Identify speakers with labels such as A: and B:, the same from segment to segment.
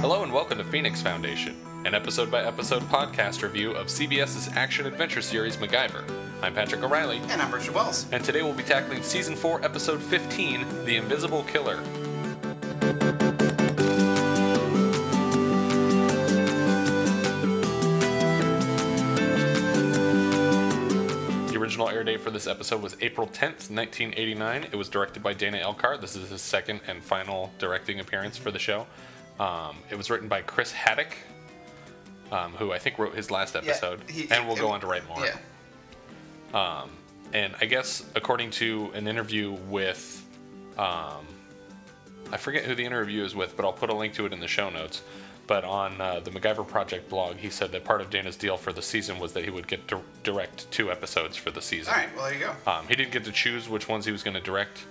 A: Hello and welcome to Phoenix Foundation, an episode by episode podcast review of CBS's action adventure series MacGyver. I'm Patrick O'Reilly,
B: And I'm Richard Wells.
A: and today we'll be tackling Season 4, Episode 15 The Invisible Killer. The original air date for this episode was April 10th, 1989. It was directed by Dana Elkar. This is his second and final directing appearance for the show. Um, it was written by Chris Haddock, um, who I think wrote his last episode,
B: he-
A: and will
B: it-
A: go on to write more.
B: Yeah.
A: And I guess according to an interview with, um, I forget who the interview is with, but I'll put a link to it in the show notes. But on uh, the MacGyver Project blog, he said that part of Dana's deal for the season was that he would get to direct two episodes for the season.
B: All right. Well, there you go.
A: Um, he didn't get to choose which ones he was going to direct,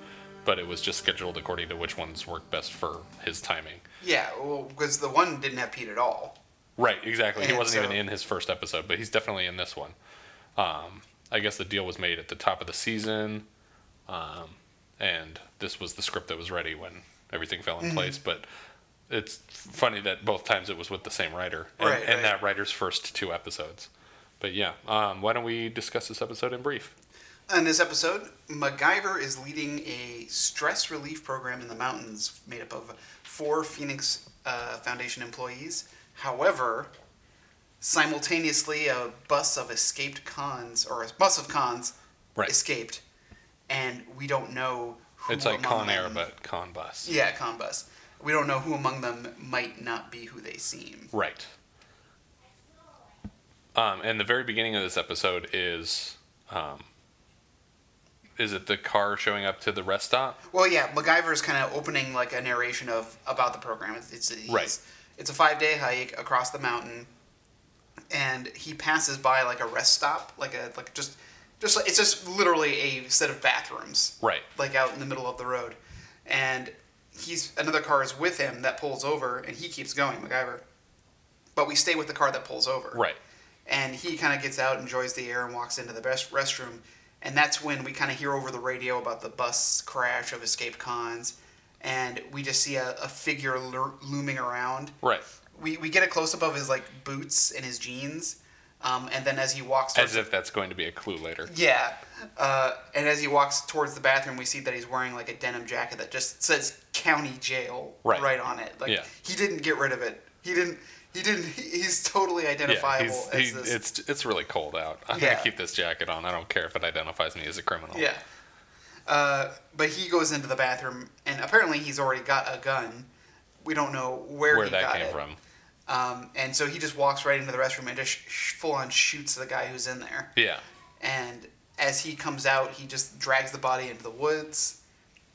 A: but it was just scheduled according to which ones worked best for his timing.
B: Yeah. Well, because the one didn't have Pete at all.
A: Right, exactly. He
B: And
A: wasn't
B: so-
A: even in his first episode, but he's definitely in this one. Um, I guess the deal was made at the top of the season, um, and this was the script that was ready when everything fell
B: Mm-hmm.
A: in place. But it's funny that both times it was with the same writer and,
B: Right,
A: and
B: right.
A: that writer's first two episodes. But yeah, um, why don't we discuss this episode in brief?
B: In this episode, MacGyver is leading a stress relief program in the mountains made up of four Phoenix uh, Foundation employees. However, simultaneously, a bus of escaped cons, or a bus of cons,
A: Right.
B: escaped. And we don't know who
A: It's like
B: among
A: Con Air,
B: them-
A: but Con Bus.
B: Yeah, con bus. We don't know who among them might not be who they seem.
A: Right. Um, and the very beginning of this episode is, um, is it the car showing up to the rest stop?
B: Well, yeah, MacGyver is kind of opening like a narration of about the program. It's it's he's-
A: Right.
B: It's a five day hike across the mountain, and he passes by like a rest stop, like a like just just like- it's just literally a set of bathrooms,
A: Right.
B: like out in the middle of the road, and he's another car is with him that pulls over, and he keeps going, MacGyver. But we stay with the car that pulls over,
A: Right.
B: and he kind of gets out, enjoys the air, and walks into the best restroom. And that's when we kind of hear over the radio about the bus crash of escaped cons, and we just see a, a figure lur- looming around.
A: Right.
B: We, we get a close up of his like boots and his jeans, um, and then as he walks towards
A: As if that's going to be a clue later.
B: yeah, uh, and as he walks towards the bathroom, we see that he's wearing like a denim jacket that just says county jail
A: Right.
B: on it. Like
A: Yeah.
B: he didn't get rid of it. He didn't. He didn't. he- He's totally
A: Yeah,
B: identifiable
A: he's,
B: as
A: he,
B: this.
A: it's it's really cold out. I'm
B: Yeah.
A: gonna keep this jacket on. I don't care if it identifies me as a criminal.
B: Yeah. Uh, but he goes into the bathroom, and apparently he's already got a gun. We don't know where,
A: Where
B: he
A: that
B: got
A: came
B: it.
A: from.
B: Um, and so he just walks right into the restroom and just sh- sh- full on shoots the guy who's in there.
A: Yeah.
B: And as he comes out, he just drags the body into the woods,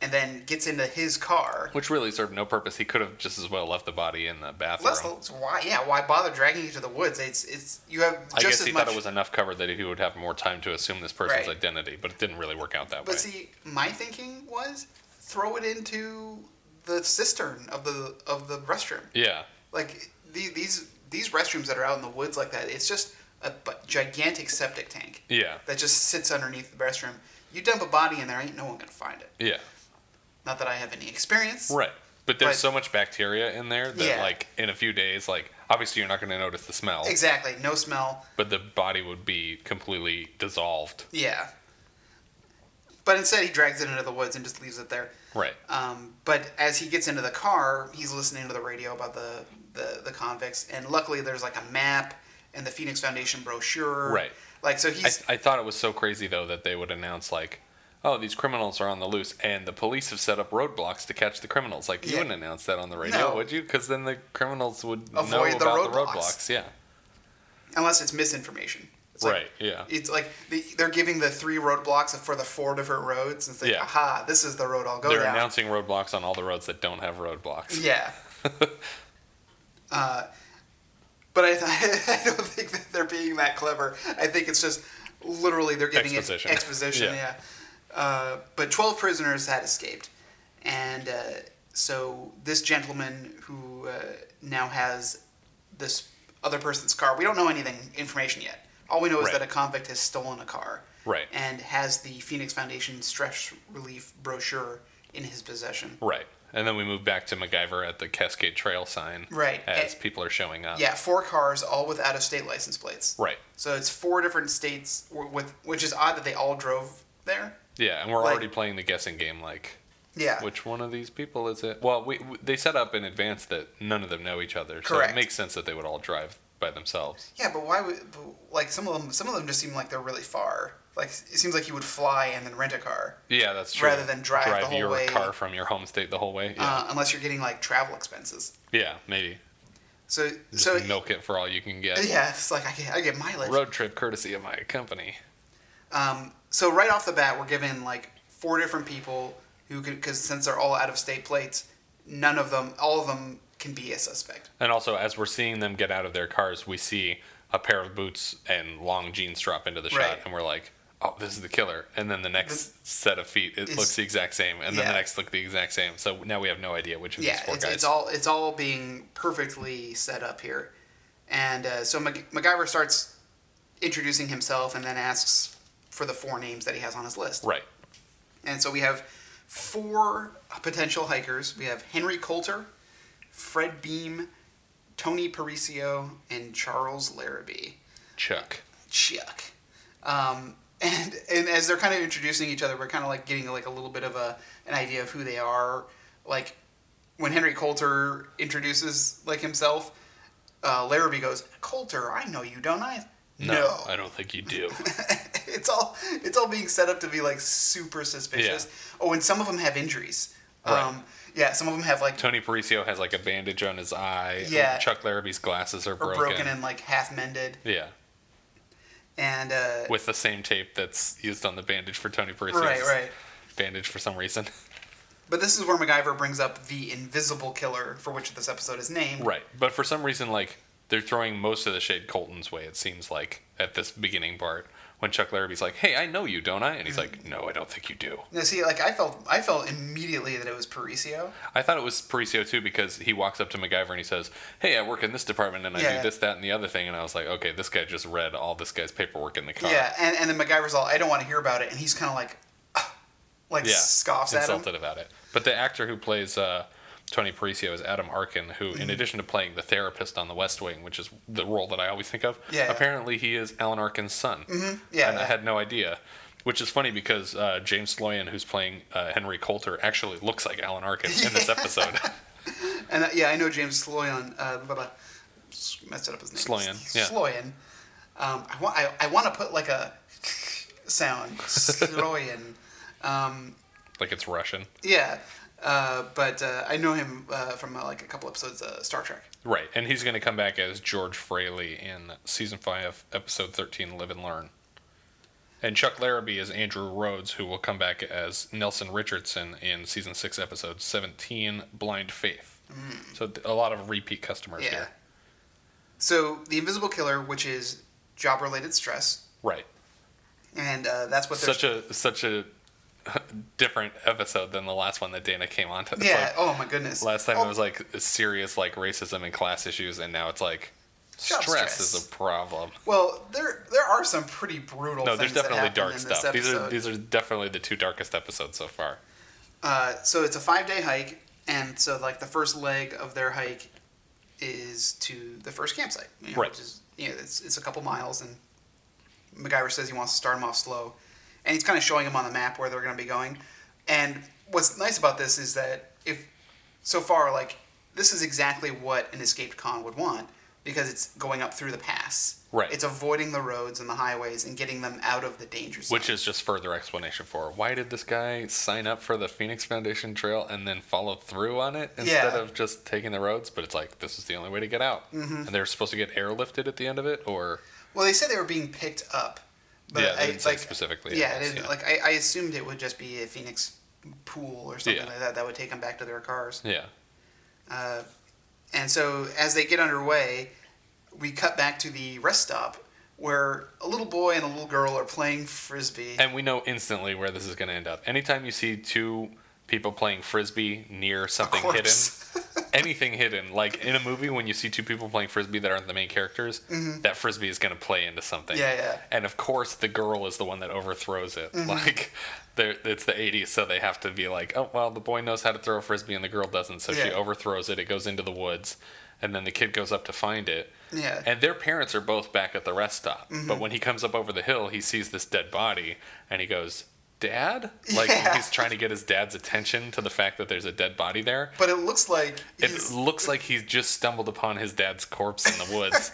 B: and then gets into his car.
A: Which really served no purpose. He could have just as well left the body in the bathroom.
B: Less, why? Yeah, why bother dragging it to the woods? It's it's you have
A: I
B: just
A: guess
B: as
A: he
B: much.
A: thought it was enough cover that he would have more time to assume this person's
B: Right.
A: identity, but it didn't really work out that
B: But
A: way.
B: see, my thinking was throw it into the cistern of the of the restroom.
A: yeah.
B: like the, these these restrooms that are out in the woods like that it's just a b- gigantic septic tank
A: Yeah.
B: that just sits underneath the restroom you dump a body in there ain't no one gonna find it
A: Yeah.
B: not that i have any experience
A: Right. But there's
B: But-
A: so much bacteria in there that,
B: Yeah.
A: like, in a few days, like, obviously you're not going to notice the smell,
B: exactly no smell
A: but the body would be completely dissolved.
B: yeah but instead he drags it into the woods and just leaves it there
A: Right.
B: um, but as he gets into the car he's listening to the radio about the, the the convicts and luckily there's like a map and the phoenix foundation brochure
A: Right.
B: like so
A: I,
B: he's
A: I thought it was so crazy though that they would announce like, "Oh, these criminals are on the loose," and the police have set up roadblocks to catch the criminals. Like you
B: Yeah.
A: wouldn't announce that on the radio,
B: No.
A: would you? Because then the criminals would know
B: Avoid the
A: about the
B: roadblocks.
A: roadblocks. Yeah,
B: unless it's misinformation It's like,
A: right. Yeah,
B: It's like the, they're giving the three roadblocks for the four different roads, and it's like,
A: Yeah.
B: aha, this is the road I'll go
A: they're
B: down.
A: announcing roadblocks on all the roads that don't have roadblocks.
B: yeah. uh, but I, th- I don't think that they're being that clever. I think it's just literally they're giving
A: Exposition.
B: it exposition.
A: Yeah.
B: yeah. Uh, but 12 prisoners had escaped. And uh, so this gentleman who uh, now has this other person's car, we don't know anything, information yet. All we know is
A: Right.
B: that a convict has stolen a car
A: Right.
B: and has the Phoenix Foundation stress relief brochure in his possession.
A: Right. And then we move back to MacGyver at the Cascade Trail sign.
B: Right.
A: As
B: Eh,
A: people are showing up.
B: Yeah, four cars, all with out of state license plates.
A: Right.
B: So it's four different states, w- with which is odd that they all drove there.
A: Yeah, and we're
B: Like- Uh,
A: already playing the guessing game. Like,
B: Yeah.
A: which one of these people is it? Well, we, we- they set up in advance that none of them know each other, so
B: Correct.
A: it makes sense that they would all drive by themselves.
B: Yeah, but why would but, like some of them? Some of them just seem like they're really far. Like it seems like you would fly and then rent a car,
A: Yeah, that's true.
B: Rather than drive the whole
A: your
B: way.
A: car from your home state the whole way. Yeah,
B: uh, unless you're getting like travel expenses.
A: yeah, maybe.
B: So
A: Just
B: so
A: milk it for all you can get.
B: yeah, it's like I get, I get mileage.
A: Road trip courtesy of my company.
B: Um, so right off the bat, we're given like four different people who could because since they're all out of state plates, none of them, all of them can be a suspect.
A: And also, as we're seeing them get out of their cars, we see a pair of boots and long jeans drop into the shot,
B: Right.
A: and we're like, "Oh, this is the killer." And then the next set of feet, it
B: It's-
A: looks the exact same, and then
B: yeah.
A: the next look the exact same. So now we have no idea which of
B: Yeah,
A: these four
B: it's,
A: guys.
B: it's all it's all being perfectly set up here, and uh, so Mac- MacGyver starts introducing himself and then asks for the four names that he has on his list.
A: right.
B: And so we have four potential hikers. We have Henry Coulter, Fred Beam, Tony Paricio, and Charles Larrabee.
A: Chuck.
B: Chuck. Um, and and as they're kind of introducing each other, we're kind of like getting like a little bit of a an idea of who they are. Like when Henry Coulter introduces like himself, uh, Larrabee goes, "Coulter, I know you, don't I?"
A: No, I don't think you do.
B: it's all it's all being set up to be like super suspicious. Oh, and some of them have injuries.
A: Right.
B: Um, yeah, some of them have like
A: Tony Paricio has like a bandage on his eye. Oh,
B: Yeah.
A: Chuck Larrabee's glasses are
B: are
A: broken.
B: broken and like half mended,
A: yeah.
B: and uh,
A: With the same tape that's used on the bandage for Tony Paricio's
B: right, right.
A: bandage for some reason.
B: But this is where MacGyver brings up the invisible killer, for which this episode is named.
A: Right. But for some reason, like, they're throwing most of the shade Colton's way, it seems like, at this beginning part. When Chuck Larrabee's like, hey, I know you, don't I? And he's like, no, I don't think you do.
B: Now, see, like I felt, I felt immediately that it was Paricio.
A: I thought it was Paricio, too, because he walks up to MacGyver and he says, hey, I work in this department and I
B: Yeah.
A: do this, that, and the other thing. And I was like, okay, this guy just read all this guy's paperwork in the car.
B: Yeah, and and then MacGyver's all, I don't want to hear about it, and he's kind of like, "Ugh," like
A: yeah,
B: scoffs at him.
A: insulted about it. But the actor who plays uh, Tony Paricio is Adam Arkin, who,
B: Mm-hmm.
A: in addition to playing the therapist on The West Wing, which is the role that I always think of,
B: Yeah, yeah.
A: apparently he is Alan Arkin's son. Mm-hmm.
B: Yeah,
A: and I
B: yeah.
A: had no idea. Which is funny because uh, James Sloyan, who's playing uh, Henry Coulter, actually looks like Alan Arkin in this episode.
B: And uh, yeah, I know James Sloyan. Uh, blah, blah, S- messed it up his name.
A: Sloyan, yeah.
B: Sloyan. Um, I want. I, I want to put like a sound. Sloyan. um,
A: like it's Russian,
B: yeah. Uh, but uh, I know him uh, from uh, like a couple episodes of Star Trek.
A: right? And he's going to come back as George Fraley in season five, episode thirteen, "Live and Learn." And Chuck Larrabee is Andrew Rhodes, who will come back as Nelson Richardson in season six, episode seventeen, "Blind Faith." So th- a lot of repeat customers
B: Mm. Yeah.
A: here,
B: So the Invisible Killer, which is job-related stress,
A: right?
B: and uh, that's what they're
A: Such a such a different episode than the last one that Dana came on to. It's
B: Yeah.
A: like-
B: oh my goodness.
A: Last time
B: oh,
A: it was like serious like racism and class issues, and now it's like
B: Job
A: stress,
B: stress.
A: is a problem.
B: Well, there there are some pretty brutal.
A: No, there's
B: things that
A: definitely
B: happen
A: dark
B: in
A: stuff.
B: This
A: These are
B: episode.
A: these are definitely the two darkest episodes so far.
B: Uh, so it's a five day hike, and so like the first leg of their hike is to the first campsite, you know,
A: Right.
B: Which is you know it's it's a couple miles, and MacGyver says he wants to start him off slow, and he's kind of showing him on the map where they're going to be going. And what's nice about this is that if so far like this is exactly what an escaped con would want because it's going up through the pass.
A: Right.
B: It's avoiding the roads and the highways and getting them out of the danger zone.
A: Which is just further explanation for why did this guy sign up for the Phoenix Foundation Trail and then follow through on it instead
B: Yeah.
A: of just taking the roads? But it's like this is the only way to get out,
B: Mm-hmm.
A: and they're supposed to get airlifted at the end of it, or
B: Well, they said they were being picked up, but
A: Yeah, they
B: I,
A: didn't say
B: like
A: specifically, I
B: Yeah, I
A: guess,
B: didn't,
A: yeah.
B: like I, I assumed it would just be a Phoenix pool or something
A: Yeah.
B: like that that would take them back to their cars.
A: yeah,
B: Uh, and so as they get underway, we cut back to the rest stop where a little boy and a little girl are playing frisbee.
A: And we know instantly where this is going to end up. Anytime you see two people playing frisbee near something hidden,
B: corpse.
A: anything hidden. Like in a movie, when you see two people playing frisbee that aren't the main characters, that frisbee is going to play into something.
B: Mm-hmm. Yeah, Mm-hmm. yeah.
A: And of course, the girl is the one that overthrows it. Like, they're, it's the '80s, so they have to be like, oh well, the boy knows how to throw a frisbee and the girl doesn't, so she
B: Yeah.
A: overthrows it. It goes into the woods, and then the kid goes up to find it.
B: Yeah.
A: And their parents are both back at the rest stop.
B: Mm-hmm.
A: But when he comes up over the hill, he sees this dead body and he goes, Dad? Like
B: Yeah.
A: he's trying to get his dad's attention to the fact that there's a dead body there.
B: But it looks like
A: It
B: he's-
A: looks like he's just stumbled upon his dad's corpse in the woods.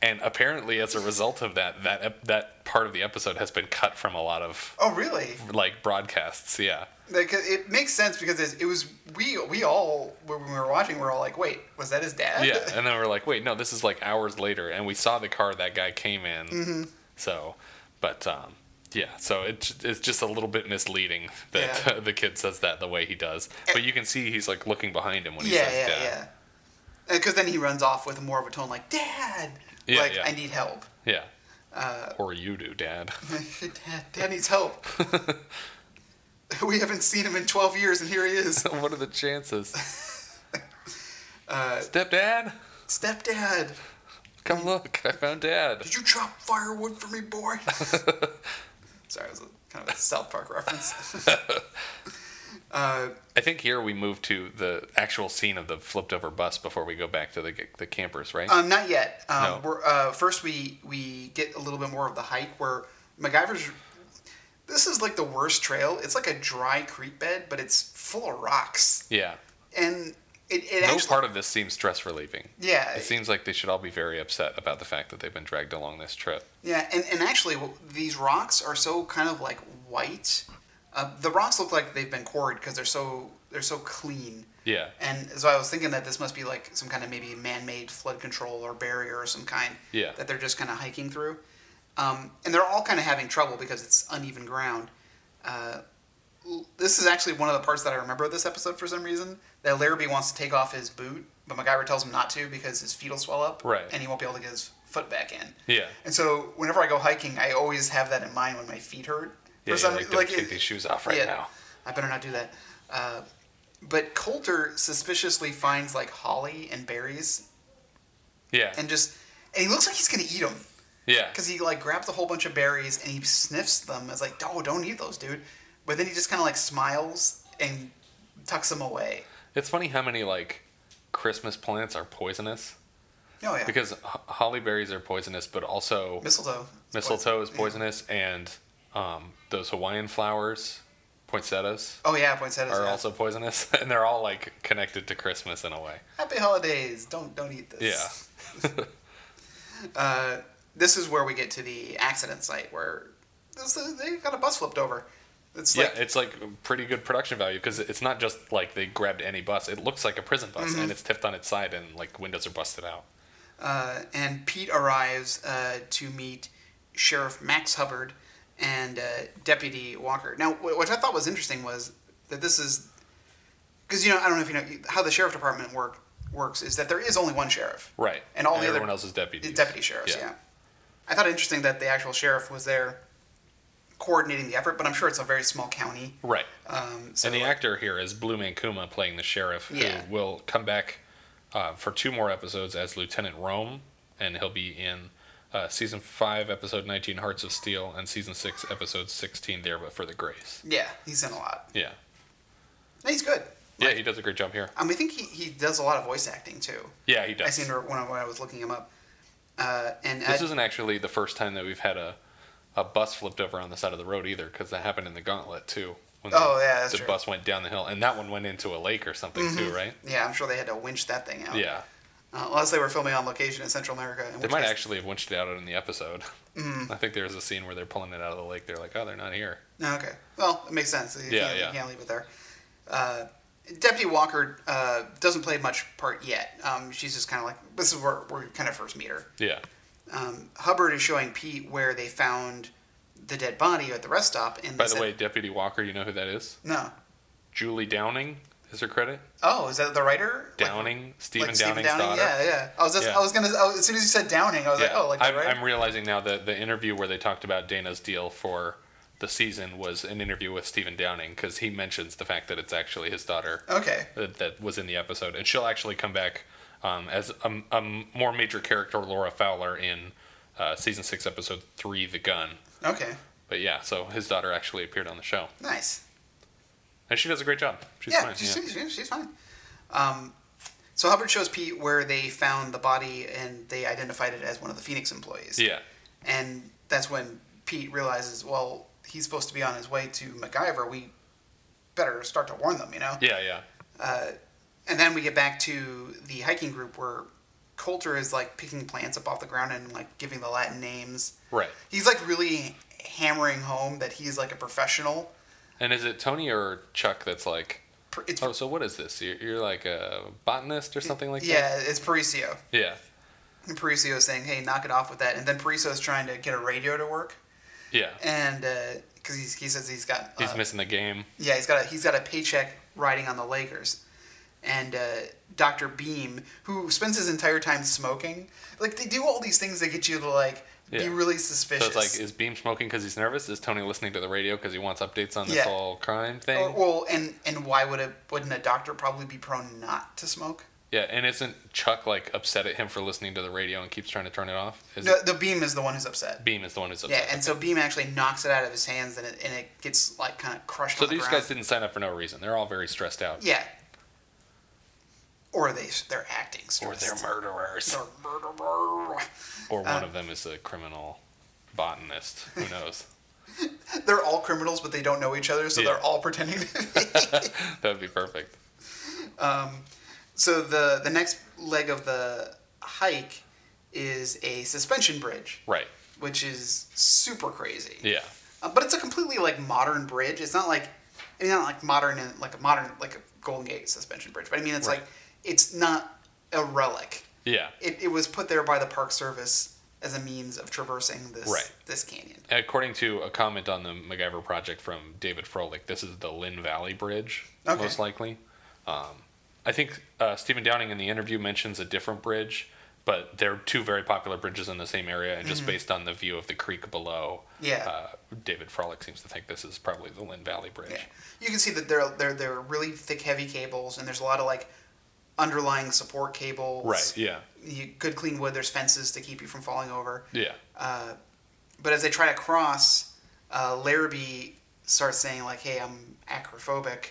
A: and apparently, as a result of that, that, ep- that part of the episode has been cut from a lot of
B: oh really?
A: like broadcasts. Yeah.
B: Like, it makes sense because it's- it was we we all when we were watching, we are all like, wait, was that his dad?
A: Yeah, and then we're like, wait, no, this is like hours later, and we saw the car that guy came in.
B: Mm-hmm.
A: So, but um, yeah, so it, it's just a little bit misleading that
B: Yeah. Eh.
A: the kid says that the way he does. But you can see he's like looking behind him when he
B: yeah,
A: says
B: yeah,
A: that.
B: yeah. Because then he runs off with more of a tone like, "Dad,
A: Yeah,
B: like
A: yeah.
B: I need help.
A: Yeah.
B: Uh,
A: or you do, Dad.
B: dad, dad needs help. we haven't seen him in twelve years, and here he is,
A: what are the chances?
B: Uh,
A: Stepdad,
B: stepdad. mm-hmm.
A: come look! I found Dad.
B: Did you drop firewood for me, boy? Sorry, it was a, kind of a South Park reference. uh,
A: I think here we move to the actual scene of the flipped over bus before we go back to the the campers, right?
B: Um, not yet. Um,
A: No.
B: we're, uh, first, we we get a little bit more of the hike where MacGyver's. This is like the worst trail. It's like a dry creek bed, but it's full of rocks,
A: yeah.
B: and it, it
A: No
B: actually
A: part of this seems stress relieving.
B: yeah
A: It seems like they should all be very upset about the fact that they've been dragged along this trip.
B: yeah, and and actually w- these rocks are so kind of like white. Uh, the rocks look like they've been quarried because they're so they're so clean.
A: Yeah.
B: And so I was thinking that this must be like some kind of maybe man-made flood control or barrier or some kind
A: Yeah.
B: that they're just kind of hiking through. Um, and they're all kind of having trouble because it's uneven ground. Uh, l- this is actually one of the parts that I remember of this episode for some reason. That Larrabee wants to take off his boot, but MacGyver tells him not to because his feet will swell up,
A: Right.
B: and he won't be able to get his foot back in.
A: Yeah.
B: And so whenever I go hiking, I always have that in mind when my feet hurt. For
A: Yeah,
B: some
A: you're like,
B: re-
A: don't take
B: it-
A: these shoes off right now.
B: I better not do that. Uh, but Coulter suspiciously finds like holly and berries
A: Yeah.
B: and just, and he looks like he's gonna eat them
A: yeah.
B: because he like grabs a whole bunch of berries and he sniffs them. It's like, oh, don't eat those, dude. But then he just kind of like smiles and tucks them away.
A: It's funny how many like Christmas plants are poisonous
B: Oh yeah,
A: because h- holly berries are poisonous, but also
B: mistletoe. is
A: mistletoe is
B: poison.
A: poisonous, and um, those Hawaiian flowers, poinsettias,
B: Oh yeah, poinsettias.
A: are
B: yeah.
A: also poisonous, and they're all like connected to Christmas in a way.
B: Happy holidays. Don't don't eat this.
A: Yeah.
B: uh, this is where we get to the accident site where this is, they got a bus flipped over. It's like
A: yeah, it's like pretty good production value because it's not just like they grabbed any bus. It looks like a prison bus,
B: Mm-hmm.
A: and it's tipped on its side, and like windows are busted out.
B: uh, and Pete arrives uh, to meet Sheriff Max Hubbard and uh, Deputy Walker. Now, wh- what I thought was interesting was that this is because you know I don't know if you know how the sheriff department work works is that there is only one sheriff,
A: Right.
B: And all the
A: everyone
B: other
A: else is deputies.
B: It's deputy sheriffs, yeah. I thought it interesting that the actual sheriff was there coordinating the effort, but I'm sure it's a very small county.
A: Right.
B: Um, so
A: and the
B: like-
A: actor here is Blue Man Kuma playing the sheriff,
B: Yeah.
A: who will come back uh, for two more episodes as Lieutenant Rome, and he'll be in uh, season five, episode 19, Hearts of Steel, and season six, episode 16, There But for the Grace.
B: yeah, he's in a lot.
A: Yeah.
B: And he's good.
A: Yeah, he does a great job here.
B: I mean, I think he, he does a lot of voice acting too.
A: Yeah, he
B: I
A: does.
B: seen her when I, when I was looking him up. Uh, and
A: This
B: I-
A: isn't actually the first time that we've had a, a bus flipped over on the side of the road either, because that happened in the Gauntlet too. When
B: Oh,
A: the,
B: yeah, that's
A: the
B: true. Mm-hmm.
A: bus went down the hill, and that one went into a lake or something too, right?
B: yeah, I'm sure they had to winch that thing out.
A: Yeah,
B: Uh, unless they were filming on location in Central America. In
A: they
B: which
A: might
B: case-
A: actually have winched it out in the episode.
B: Mm-hmm.
A: I think there was a scene where they're pulling it out of the lake. They're like, "Oh, they're not here."
B: No, okay. Well, it makes sense. You
A: Yeah,
B: can't,
A: yeah.
B: You can't leave it there. Uh, Deputy Walker uh, doesn't play much part yet. Um, she's just kind of like, this is where we kind of first meet her.
A: Yeah,
B: Um, Hubbard is showing Pete where they found the dead body at the rest stop. And
A: By the
B: they said-
A: way, Deputy Walker, you know who that is?
B: No.
A: Julie Downing is her credit.
B: Oh, is that the writer? Like-
A: Downing, Stephen
B: like
A: Downing's daughter.
B: Yeah, yeah. I was just,
A: Yeah.
B: I was gonna, oh, as soon as you said Downing, I was
A: Yeah.
B: like, oh, like the
A: I'm,
B: writer.
A: I'm realizing now that the interview where they talked about Dana's deal for the season was an interview with Stephen Downing because he mentions the fact that it's actually his daughter
B: Okay.
A: that, that was in the episode, and she'll actually come back um, as a, a more major character, Laura Fowler, in uh, season six, episode three, "The Gun."
B: Okay.
A: But yeah, so his daughter actually appeared on the show,
B: Nice.
A: and she does a great job. She's
B: yeah,
A: fine.
B: she's,
A: yeah.
B: She's, she's fine. Um, so Hubbard shows Pete where they found the body and they identified it as one of the Phoenix employees.
A: yeah,
B: And that's when Pete realizes, well, he's supposed to be on his way to MacGyver. We better start to warn them, you know?
A: yeah, yeah.
B: Uh, and then we get back to the hiking group where Coulter is like picking plants up off the ground and like giving the Latin names.
A: Right.
B: He's like really hammering home that he's like a professional.
A: And is it Tony or Chuck that's like,
B: Pr- It's
A: oh, so what is this? You're, you're like a botanist or something like that?
B: yeah, it's Paricio.
A: Yeah.
B: And Parisio's saying, "Hey, knock it off with that." And then Parisio's trying to get a radio to work,
A: Yeah.
B: and because he's he says he's got
A: He's
B: uh,
A: missing the game.
B: yeah he's got a he's got a paycheck riding on the Lakers, and uh, Doctor Beam, who spends his entire time smoking, like they do all these things that get you to like be
A: Yeah.
B: really
A: So
B: suspicious.
A: it's like, is Beam smoking because he's nervous? Is Tony listening to the radio because he wants updates on this
B: Yeah.
A: whole crime thing?
B: Or- well, and and why would a wouldn't a doctor probably be prone not to smoke?
A: yeah, and isn't Chuck like upset at him for listening to the radio and keeps trying to turn it off? Is
B: No,
A: it-
B: the Beam is the one who's upset.
A: Beam is the one who's upset.
B: Yeah, and so Beam actually knocks it out of his hands, and it, and it gets like kind of crushed.
A: so
B: on the
A: these
B: ground.
A: guys didn't sign up for no reason. They're all very stressed out.
B: Yeah. Or they they're acting
A: Or
B: stressed.
A: they're murderers.
B: They're murderer.
A: Or one
B: uh,
A: of them is a criminal botanist. Who knows?
B: They're all criminals, but they don't know each other, so
A: Yeah.
B: they're all pretending to be.
A: that would be perfect.
B: so the the next leg of the hike is a suspension bridge,
A: Right.
B: which is super crazy.
A: Yeah.
B: Uh, but it's a completely like modern bridge. It's not like I mean, not like modern in like a modern like a Golden Gate suspension bridge, but I mean it's
A: Right.
B: like it's not a relic.
A: Yeah.
B: it, it was put there by the Park Service as a means of traversing this
A: Right.
B: this canyon.
A: According to a comment on the MacGyver project from David Froelich, this is the Lynn Valley Bridge,
B: Okay.
A: most likely. Um, I think uh, Stephen Downing in the interview mentions a different bridge, but they're two very popular bridges in the same area, and just based on the view of the creek below,
B: Mm-hmm. Yeah.
A: uh, David Froelich seems to think this is probably the Lynn Valley Bridge.
B: Yeah. You can see that there there there are really thick, heavy cables, and there's a lot of like underlying support cables.
A: Right, yeah.
B: You, good clean wood. There's fences to keep you from falling over.
A: Yeah.
B: But as they try to cross, uh, Larrabee starts saying like, "Hey, I'm acrophobic.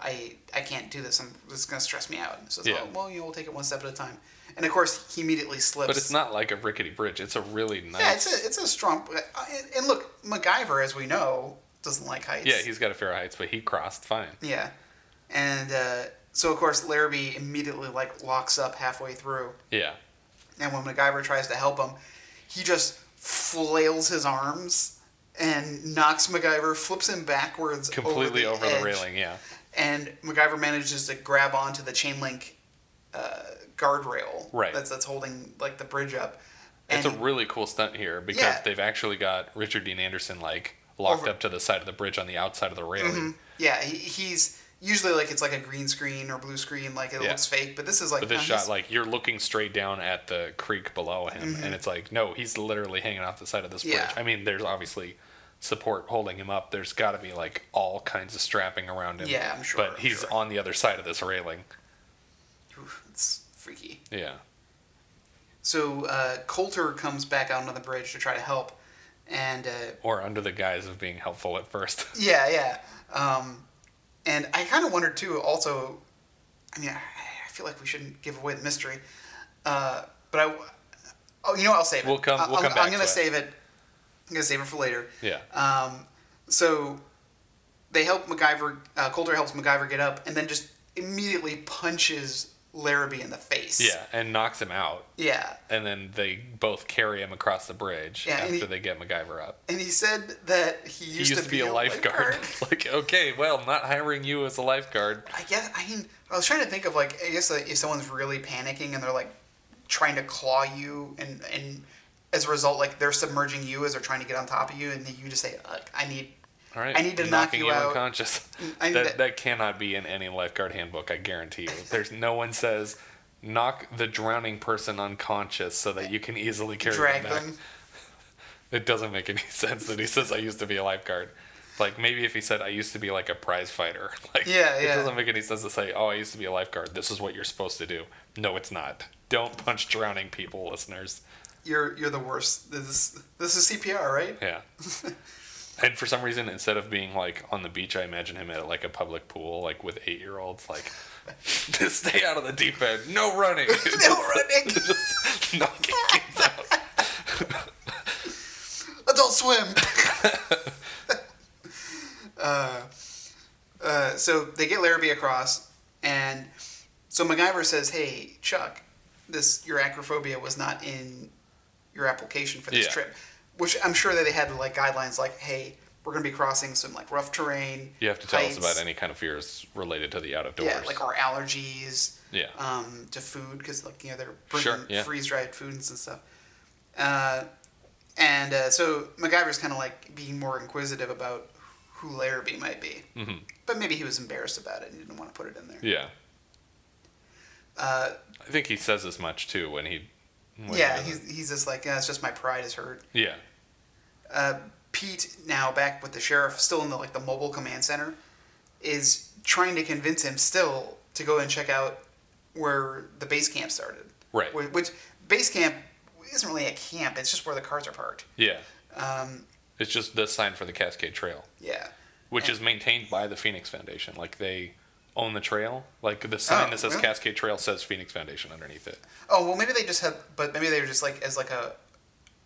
B: I I can't do this. I'm this is gonna stress me out." So it's
A: Yeah.
B: like, "Oh, well, you know, we'll take it one step at a time. And of course, he immediately slips.
A: But it's not like a rickety bridge. It's a really nice.
B: Yeah, it's a it's a strong. uh, And, and look, MacGyver, as we know, doesn't like heights.
A: Yeah, he's got a fear of heights, but he crossed fine.
B: yeah, and uh, so of course Larrabee immediately like locks up halfway through,
A: Yeah.
B: and when MacGyver tries to help him, he just flails his arms and knocks MacGyver, flips him backwards over
A: Completely
B: the
A: over the,
B: edge,
A: railing, yeah.
B: and MacGyver manages to grab onto the chain link uh, guardrail
A: Right.
B: that's that's holding like the bridge up.
A: It's
B: and
A: a really cool stunt here because
B: Yeah.
A: they've actually got Richard Dean Anderson like locked
B: Over- Mm-hmm.
A: up to the side of the bridge on the outside of the railing.
B: Yeah, he, he's usually like it's like a green screen or blue screen, like it
A: Yeah.
B: looks fake. But this is like
A: But this
B: no,
A: shot,
B: he's- Mm-hmm.
A: like you're looking straight down at the creek below him, and it's like, no, he's literally hanging off the side of this bridge.
B: Yeah.
A: I mean, there's obviously support holding him up. There's got to be like all kinds of strapping around him.
B: Yeah, I'm sure,
A: But
B: I'm
A: he's
B: sure.
A: on the other side of this railing.
B: oof, it's freaky.
A: Yeah,
B: So uh, Coulter comes back out onto the bridge to try to help, and uh,
A: or under the guise of being helpful at first.
B: yeah, yeah. Um, and I kind of wonder too. Also, I mean, I, I feel like we shouldn't give away the mystery, uh, but I. Oh, you know what? I'll save it.
A: We'll come-
B: I-
A: we'll
B: I'm,
A: come back
B: I'm gonna
A: to it.
B: save it. I'm gonna save it for later.
A: yeah,
B: Um, so they help MacGyver. Uh, Coulter helps MacGyver get up, and then just immediately punches Larrabee in the face.
A: yeah, and knocks him out,
B: Yeah,
A: and then they both carry him across the bridge
B: Yeah, and
A: after
B: he-
A: they get MacGyver up.
B: and he said that he used,
A: He used to be a lifeguard. like, okay, well, not hiring you as a lifeguard.
B: I guess. I mean, I was trying to think of like, I guess like, if someone's really panicking and they're like trying to claw you, and and as a result, like they're submerging you as they're trying to get on top of you, and you just say, "Look, I need."
A: All right,
B: I need to
A: I'm
B: knock
A: knocking
B: you out.
A: unconscious.
B: I need
A: that,
B: to-
A: that cannot be in any lifeguard handbook. I guarantee you. There's no one says knock the drowning person unconscious so that you can easily carry
B: Drag
A: them back.
B: them.
A: It doesn't make any sense that he says I used to be a lifeguard. Like maybe if he said I used to be like a prize fighter, like
B: Yeah,
A: it
B: yeah.
A: doesn't make any sense to say oh I used to be a lifeguard. This is what you're supposed to do. No, it's not. Don't punch drowning people, listeners.
B: You're you're the worst. This this is CPR, right?
A: Yeah. and for some reason, instead of being like on the beach, I imagine him at like a public pool, like with eight year olds, like stay out of the deep end, no running,
B: No running.
A: Just knocking kids out.
B: Adult Swim. uh, uh, so they get Larrabee across, and so MacGyver says, "Hey, Chuck, this your acrophobia was not in your application for this
A: Yeah.
B: trip," which I'm sure that they had like guidelines, like, "Hey, we're going to be crossing some like rough terrain."
A: You have to tell us
B: heights."
A: about any kind of fears related to the out of doors.
B: Yeah, like our allergies
A: Yeah.
B: um, to food because like you know they're bringing
A: Sure, yeah.
B: freeze-dried foods and stuff. Uh, and uh, so MacGyver's kind of like being more inquisitive about who Larrabee might be,
A: Mhm.
B: but maybe he was embarrassed about it and didn't want to put it in there.
A: yeah.
B: Uh,
A: I think he says as much too when he. When
B: yeah,
A: he does it.
B: he's, he's just like, yeah, it's just my pride is hurt.
A: yeah.
B: Uh, Pete now back with the sheriff, still in the like the mobile command center, is trying to convince him still to go and check out where the base camp started.
A: Right.
B: Wh- Which base camp isn't really a camp; it's just where the cars are parked.
A: Yeah.
B: Um,
A: It's just the sign for the Cascade Trail.
B: yeah.
A: which is maintained by the Phoenix Foundation. Like they own the trail. Like the sign
B: Oh,
A: that says
B: really?
A: Cascade Trail says Phoenix Foundation underneath it.
B: Oh well, maybe they just had, but maybe they were just like as like a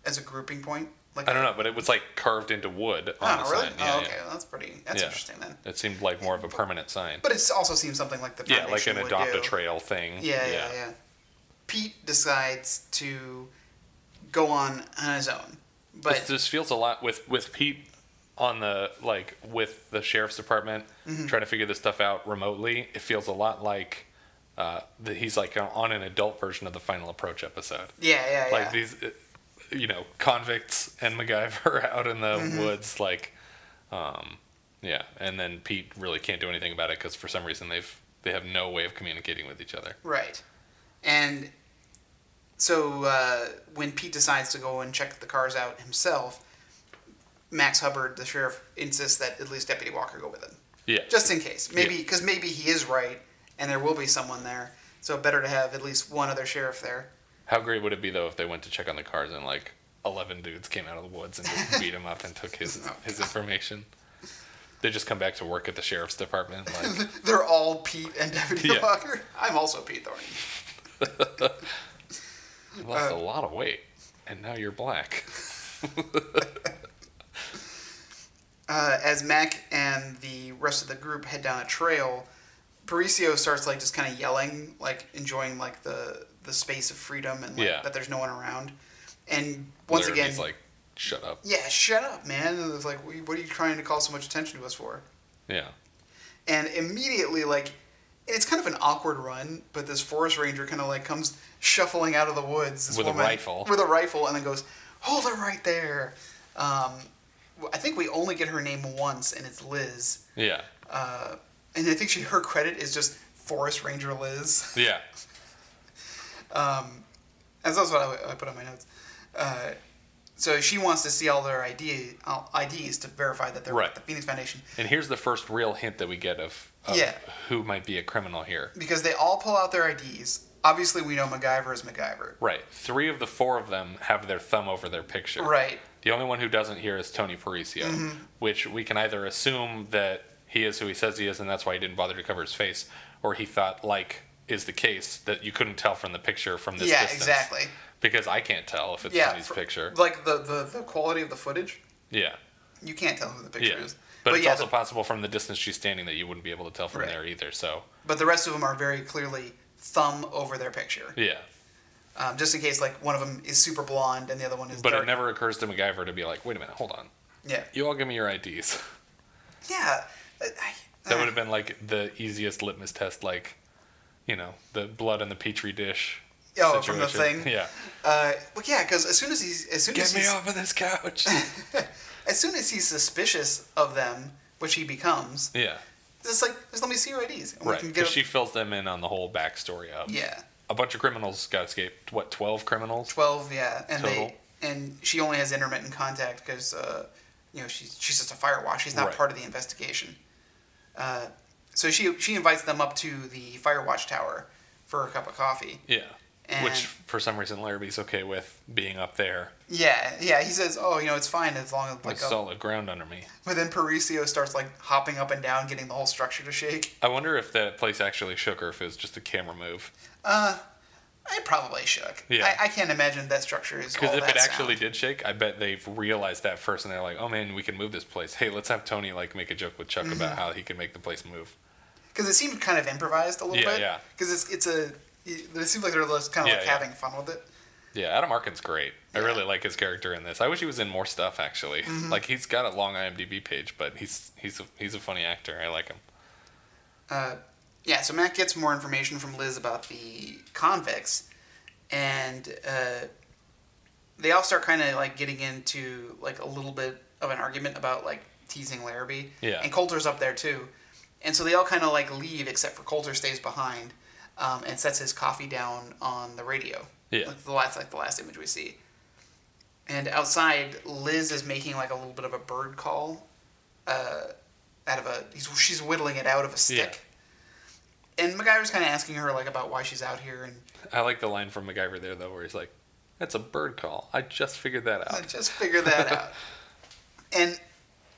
B: as a grouping point. Like
A: I don't know, but it was like carved into wood on
B: Oh
A: the
B: really?
A: sign. Yeah,
B: oh okay,
A: yeah.
B: Well, that's pretty. That's
A: Yeah.
B: interesting then.
A: It seemed like more of a permanent sign.
B: But it also seems something like the
A: yeah, like
B: foundation
A: an
B: would
A: adopt a
B: do.
A: trail thing.
B: Yeah, yeah, yeah, Pete decides to go on on his own, but
A: This, this feels a lot with with Pete on the like with the sheriff's department
B: Mm-hmm.
A: trying to figure this stuff out remotely. It feels a lot like uh, that he's like on an adult version of the Final Approach episode.
B: yeah, yeah, yeah.
A: like these uh, you know convicts and MacGyver out in the
B: Mm-hmm.
A: woods like um yeah and then Pete really can't do anything about it because for some reason they've they have no way of communicating with each other
B: Right. And so uh, when Pete decides to go and check the cars out himself, Max Hubbard, the sheriff, insists that at least Deputy Walker go with him,
A: yeah
B: just in case. Maybe because maybe he is right, and there will be someone there. So better to have at least one other sheriff there.
A: how great would it be though if they went to check on the cars and like 11 dudes came out of the woods and just beat him up and took his
B: Oh,
A: his information they just come back to work at the sheriff's department like
B: They're all Pete and Deputy
A: Yeah.
B: Walker. I'm also Pete Thornton.
A: you lost a lot of weight and now you're black
B: uh, as Mac and the rest of the group head down a trail, Paricio starts like just kind of yelling, like enjoying like the the space of freedom and like,
A: Yeah.
B: that there's no one around. And once
A: Larrabee's
B: again,
A: like shut up
B: yeah, shut up, man. And it's like, "We- what are you trying to call so much attention to us for?
A: yeah
B: And immediately, like, it's kind of an awkward run, but this forest ranger kind of like comes shuffling out of the woods this
A: With a
B: woman-
A: rifle.
B: with a rifle, and then goes, "Hold her right there." Um, I think we only get her name once, and it's Liz.
A: yeah
B: uh, and I think she her credit is just Forest Ranger Liz.
A: yeah
B: Um, and that's what I, I put on my notes. Uh, so she wants to see all their ID, all IDs to verify that they're
A: Right.
B: with the Phoenix Foundation
A: And here's the first real hint that we get of, of
B: Yeah.
A: who might be a criminal here.
B: because they all pull out their IDs. Obviously, we know MacGyver is MacGyver.
A: Right. Three of the four of them have their thumb over their picture.
B: Right. Mm-hmm.
A: The only one who doesn't here is Tony Paricio, which we can either assume that he is who he says he is, and that's why he didn't bother to cover his face, or he thought, like is the case, that you couldn't tell from the picture from this
B: yeah,
A: distance.
B: exactly.
A: Because I can't tell if it's
B: Yeah.
A: Tony's
B: for-
A: picture.
B: Like the, the, the quality of the footage,
A: Yeah.
B: you can't tell who the
A: Yeah.
B: picture is.
A: But, it's
B: yeah,
A: also
B: the,
A: possible from the distance she's standing that you wouldn't be able to tell from
B: Right.
A: there either. So,
B: but the rest of them are very clearly thumb over their picture,
A: yeah.
B: um, just in case like one of them is super blonde and the other one is
A: But
B: dark.
A: it never occurs to MacGyver to be like, wait a minute, hold on.
B: yeah.
A: You all give me your IDs.
B: Yeah. I, I-
A: That would have been like the easiest litmus test, like, you know, the blood in the petri dish.
B: Oh, from the thing?
A: Yeah.
B: Uh, well, yeah, because as soon as he's as soon as
A: Get me
B: he's,
A: off of this couch.
B: as soon as he's suspicious of them, which he becomes,
A: yeah.
B: it's just like just let me see your IDs, and
A: Right.
B: we can get
A: Because
B: a,
A: she fills them in on the whole backstory of
B: yeah
A: a bunch of criminals got escaped. What, 12 criminals?
B: twelve yeah, and
A: Total.
B: they and she only has intermittent contact because uh, you know she's she's just a firewatch. She's not
A: Right.
B: part of the investigation. Uh, so she she invites them up to the firewatch tower for a cup of coffee.
A: Yeah.
B: And-
A: Which for some reason Larrabee's okay with being up there.
B: Yeah, yeah. He says, "Oh, you know, it's fine as long as
A: Like
B: like." up.
A: solid ground under me.
B: But then Parisio starts like hopping up and down, getting the whole structure to shake.
A: I wonder if that place actually shook or if it was just a camera move.
B: I probably shook.
A: Yeah.
B: I, I can't imagine that structure is.
A: Because
B: all
A: if
B: that
A: it actually
B: sound.
A: did shake, I bet they've realized that first and they're like, oh man, we can move this place. Hey, let's have Tony like make a joke with Chuck
B: Mm-hmm.
A: about how he can make the place move.
B: because it seemed kind of improvised a little
A: Yeah,
B: bit.
A: yeah.
B: Because it's it's a it seems like they're just kind of
A: Yeah,
B: like
A: yeah.
B: having fun with it.
A: Yeah, Adam Arkin's great. I
B: Yeah. Mm-hmm.
A: really like his character in this. I wish he was in more stuff actually. Like he's got a long IMDb page, but he's he's a, he's a funny actor. I like him.
B: Uh, yeah. So Matt gets more information from Liz about the convicts, and uh, they all start kind of like getting into like a little bit of an argument about like teasing Larrabee.
A: Yeah.
B: And Coulter's up there too, and so they all kind of like leave except for Coulter stays behind, um, and sets his coffee down on the radio.
A: Yeah.
B: Like the last like the last image we see. And outside, Liz is making like a little bit of a bird call, uh, out of a he's, she's whittling it out of a stick. And MacGyver's kind of asking her like about why she's out here, and
A: I like the line from MacGyver there though, where he's like, "That's a bird call. I just figured that
B: I
A: out."
B: just figure that out. And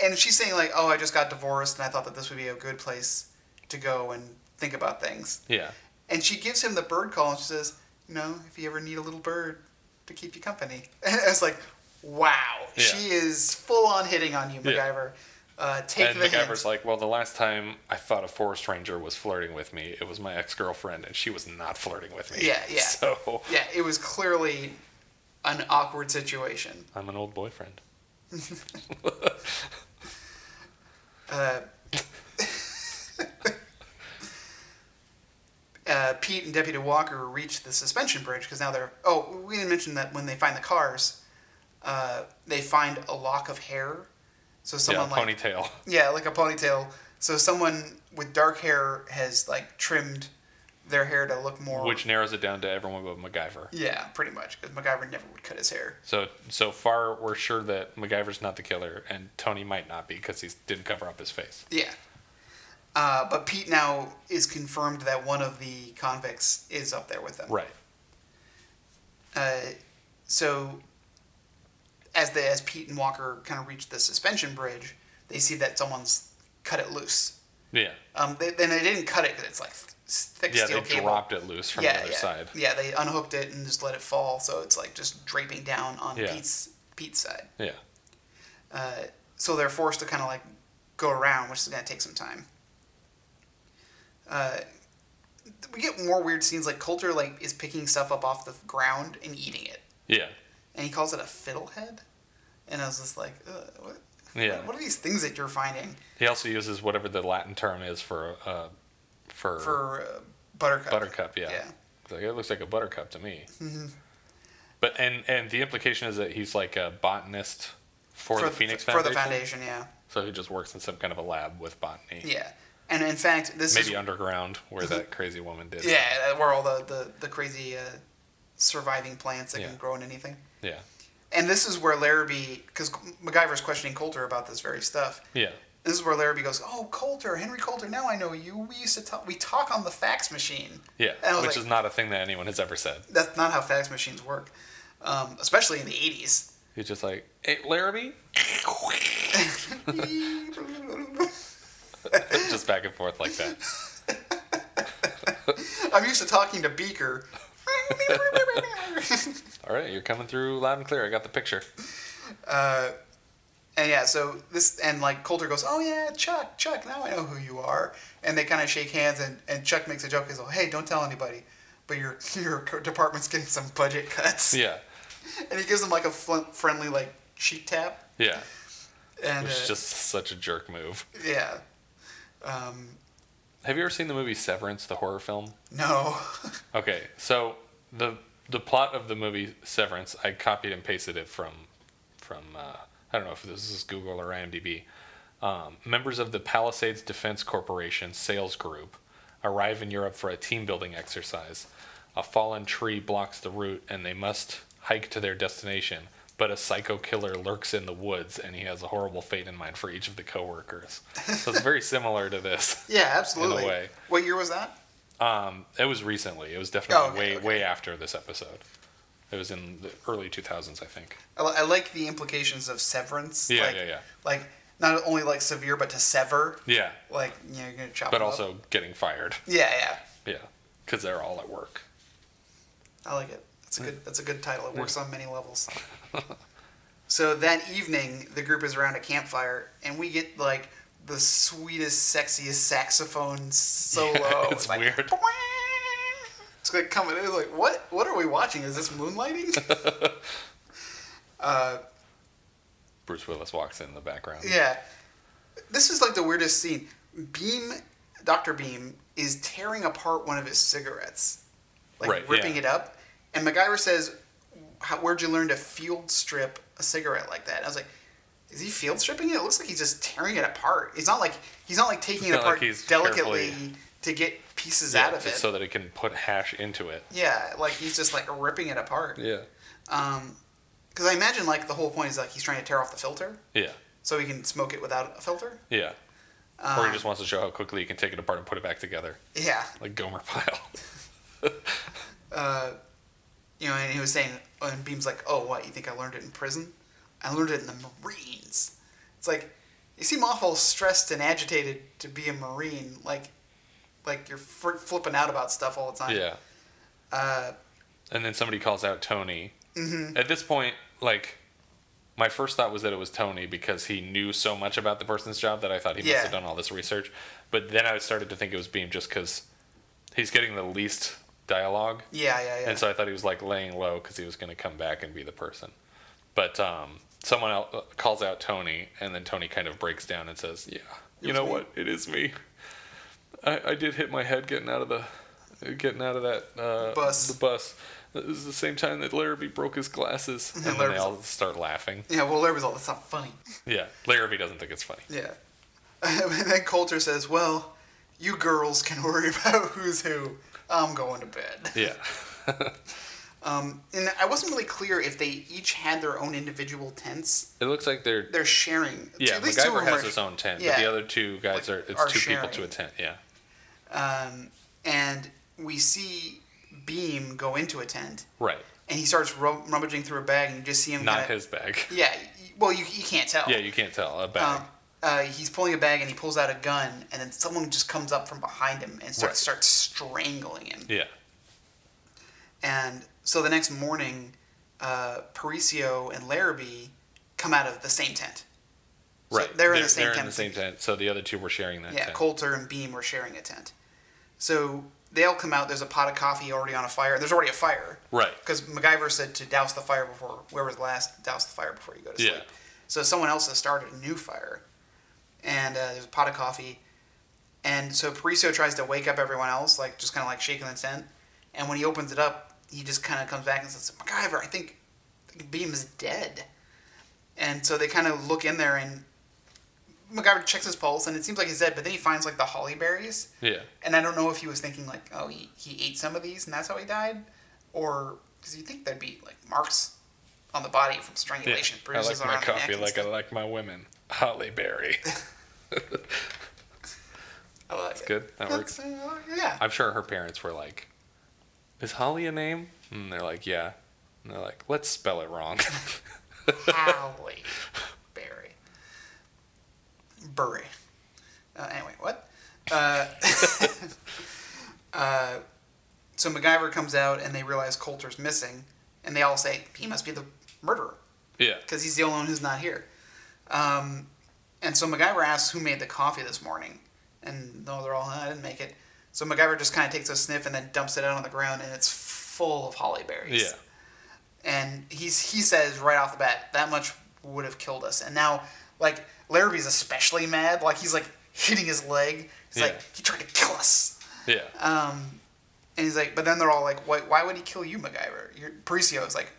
B: and she's saying like, oh, I just got divorced, and I thought that this would be a good place to go and think about things.
A: Yeah,
B: And she gives him the bird call and she says, You know, if you ever need a little bird to keep you company. And I was like, Wow.
A: Yeah.
B: She is full on hitting on you,
A: Yeah.
B: MacGyver. Uh, take
A: and
B: the
A: MacGyver's
B: hint.
A: like, "Well, the last time I thought a forest ranger was flirting with me, it was my ex girlfriend, and she was not flirting with me."
B: Yeah, yeah.
A: So
B: yeah, it was clearly an awkward situation.
A: I'm an old boyfriend.
B: Uh, uh, Pete and Deputy Walker reach the suspension bridge because now they're. Oh, we didn't mention that when they find the cars, uh, they find a lock of hair. So someone
A: yeah,
B: like
A: ponytail.
B: Yeah, like a ponytail. So someone with dark hair has like trimmed their hair to look more.
A: Which narrows it down to everyone but MacGyver.
B: Yeah, pretty much. Because MacGyver never would cut his hair.
A: So so far, we're sure that MacGyver's not the killer, and Tony might not be because he didn't cover up his face.
B: Yeah. Uh, but Pete now is confirmed that one of the convicts is up there with them.
A: Right.
B: Uh, so as they as Pete and Walker kind of reach the suspension bridge, they see that someone's cut it loose.
A: Yeah.
B: Um, they, then they didn't cut it because it's like th- thick
A: Yeah,
B: steel
A: they
B: cable.
A: dropped it loose from the other
B: yeah.
A: side.
B: Yeah, they unhooked it and just let it fall, so it's like just draping down on
A: Yeah.
B: Pete's Pete's side.
A: Yeah.
B: Uh, so they're forced to kind of like go around, which is gonna take some time. Uh, we get more weird scenes like Coulter like is picking stuff up off the ground and eating it,
A: Yeah.
B: and he calls it a fiddlehead, and I was just like, Ugh, what?
A: Yeah.
B: What are these things that you're finding
A: He also uses whatever the Latin term is for uh, for,
B: for uh, Buttercup?
A: buttercup. Yeah.
B: Yeah. Mm-hmm.
A: It's Like, it looks like a buttercup to me. But and and the implication is that he's like a botanist for, the
B: th-
A: Phoenix
B: for
A: Foundation.
B: the foundation, yeah,
A: So he just works in some kind of a lab with botany.
B: yeah. And in fact, this is
A: Maybe underground where that crazy woman did.
B: Yeah, uh, where all the the, the crazy uh, surviving plants that
A: Yeah.
B: can grow in anything.
A: Yeah.
B: And this is where Larrabee, because MacGyver's questioning Coulter about this very stuff.
A: Yeah.
B: This is where Larrabee goes, "Oh, Coulter, Henry Coulter. Now I know you. We used to talk. We talk on the fax machine.
A: Yeah.
B: And I was
A: Which
B: like,
A: is not a thing that anyone has ever said.
B: that's not how fax machines work, um, especially in the '80s.
A: He's just like, hey, Laramie? just back and forth like that.
B: I'm used to talking to Beaker.
A: All right, you're coming through loud and clear. I got the picture.
B: Uh, And yeah, so this and like Coulter goes, "Oh yeah, Chuck, Chuck. Now I know who you are." And they kind of shake hands, and, and Chuck makes a joke. He's like, "Hey, don't tell anybody, but your your department's getting some budget cuts."
A: Yeah.
B: And he gives them like a fl- friendly like cheek tap,
A: Yeah.
B: and
A: Which
B: uh,
A: is just such a jerk move.
B: yeah. Um,
A: Have you ever seen the movie Severance, the horror film?
B: no,
A: Okay, so the the plot of the movie Severance, I copied and pasted it from from uh, I don't know if this is Google or IMDb. Um, members of the Palisades Defense Corporation sales group arrive in Europe for a team building exercise. A fallen tree blocks the route, and they must hike to their destination. but a psycho killer lurks in the woods and he has a horrible fate in mind for each of the coworkers. So it's very similar to this.
B: Yeah, absolutely.
A: way.
B: What year was that?
A: Um, it was recently. It was definitely
B: Oh, okay,
A: way
B: okay.
A: way after this episode. It was in the early 2000s, I think.
B: I, li- I like the implications of severance.
A: Yeah,
B: like,
A: yeah, yeah.
B: Like not only like severe, but to sever.
A: Yeah,
B: Like you know, you're gonna chop.
A: but
B: them up.
A: also getting fired.
B: Yeah, yeah.
A: Yeah, because they're all at work.
B: I like it. That's a good. That's a good title. It works on many levels. so that evening, the group is around a campfire, and we get like the sweetest, sexiest saxophone solo.
A: Yeah, it's
B: like,
A: weird.
B: It's like coming. It's like what? What are we watching? Is this moonlighting? uh,
A: Bruce Willis walks in the background.
B: yeah. This is like the weirdest scene. Beam, Doctor Beam is tearing apart one of his cigarettes, like
A: Right,
B: ripping
A: yeah.
B: it up, and MacGyver says, How, "Where'd you learn to field strip a cigarette like that?" And I was like. Is he field stripping it? It looks like he's just tearing it apart. He's not like he's not like taking it
A: not like
B: apart
A: he's
B: delicately
A: carefully-
B: to get pieces
A: Yeah,
B: out of it.
A: just so that it can put hash into it.
B: yeah, like he's just like ripping it apart.
A: Yeah.
B: Um, because I imagine like the whole point is like he's trying to tear off the filter
A: Yeah.
B: so he can smoke it without a filter.
A: Yeah. or
B: Um,
A: he just wants to show how quickly he can take it apart and put it back together,
B: Yeah,
A: like Gomer Pyle.
B: uh, you know, and he was saying, and Beam's like, "Oh, what? You think I learned it in prison? I learned it in the Marines." It's like you seem awful stressed and agitated to be a Marine, like, like you're fr- flipping out about stuff all the time.
A: yeah.
B: Uh,
A: And then somebody calls out Tony. Mm-hmm. At this point, like, my first thought was that it was Tony because he knew so much about the person's job that I thought he
B: Yeah.
A: must have done all this research. But then I started to think it was Beam just because he's getting the least dialogue.
B: yeah, yeah, yeah.
A: And so I thought he was like laying low because he was going to come back and be the person. But um, someone el calls out Tony, and then Tony kind of breaks down and says, "Yeah, you
B: was
A: know
B: me."
A: what? It is me. I, I did hit my head getting out of the getting out of that uh,
B: Bus.
A: The bus. This is the same time that Larrabee broke his glasses, and then they
B: Larrabee's
A: all start laughing.
B: yeah, well, there was all that's not funny.
A: Yeah, Larrabee doesn't think it's funny.
B: Yeah. and then Coulter says, "Well, you girls can worry about who's who. I'm going to bed."
A: Yeah,
B: Um, and I wasn't really clear if they each had their own individual tents.
A: it looks like they're
B: They're sharing.
A: yeah.
B: at least two
A: MacGyver
B: of them
A: has
B: are-
A: his own tent,
B: Yeah.
A: but the other two guys
B: Like,
A: are it's
B: are
A: two
B: sharing.
A: people to a tent. Yeah,
B: Um, and we see Beam go into a tent,
A: right.
B: and he starts rum- rummaging through a bag, and you just see him.
A: Not
B: kinda,
A: his bag.
B: Yeah. y- Well, you, you can't tell.
A: Yeah, you can't tell a bag.
B: Um, uh, he's pulling a bag and he pulls out a gun, and then someone just comes up from behind him and starts
A: Right.
B: starts strangling him.
A: Yeah.
B: And so the next morning, uh, Paricio and Larrabee come out of the same tent. So
A: Right.
B: they're in the same
A: they're in
B: tent.
A: the same tent. So the other two were sharing that
B: Yeah,
A: tent.
B: Coulter and Beam were sharing a tent. So they all come out. There's a pot of coffee already on a fire. There's already a fire.
A: Right.
B: Because MacGyver said to douse the fire before, where was last, douse the fire before you go to sleep.
A: Yeah.
B: So someone else has started a new fire. And uh, there's a pot of coffee. And so Pariso tries to wake up everyone else, like just kind of like shaking the tent. And when he opens it up, he just kind of comes back and says, MacGyver, I think, I think Beam is dead. And so they kind of look in there and MacGyver checks his pulse and it seems like he's dead, but then he finds like the holly berries.
A: Yeah.
B: And I don't know if he was thinking like, oh, he, he ate some of these and that's how he died, or because you think there'd be like marks on the body from
A: Yeah.
B: strangulation,
A: I like
B: bruises
A: my
B: around the neck.
A: coffee
B: and
A: like I
B: stuff.
A: like my women. Holly Berry.
B: I like it.
A: Good. That works.
B: That's, uh, yeah.
A: I'm sure her parents were like, "Is Holly a name?" And they're like, "Yeah." And they're like, "Let's spell it wrong."
B: Holly berry. Burry. Uh, anyway, what? Uh, uh, so MacGyver comes out and they realize Coulter's missing, and they all say he must be the murderer.
A: yeah.
B: because he's the only one who's not here. Um, and so MacGyver asks who made the coffee this morning, and no, they're all "Huh, I didn't make it. So MacGyver just kind of takes a sniff and then dumps it out on the ground, and it's full of holly berries.
A: Yeah.
B: And he's he says right off the bat that much would have killed us. And now like Larrabee's especially mad. Like he's like hitting his leg. He's
A: Yeah.
B: like he tried to kill us.
A: Yeah.
B: Um, and he's like, but then they're all like, why, why would he kill you, MacGyver? Your, Paricio is like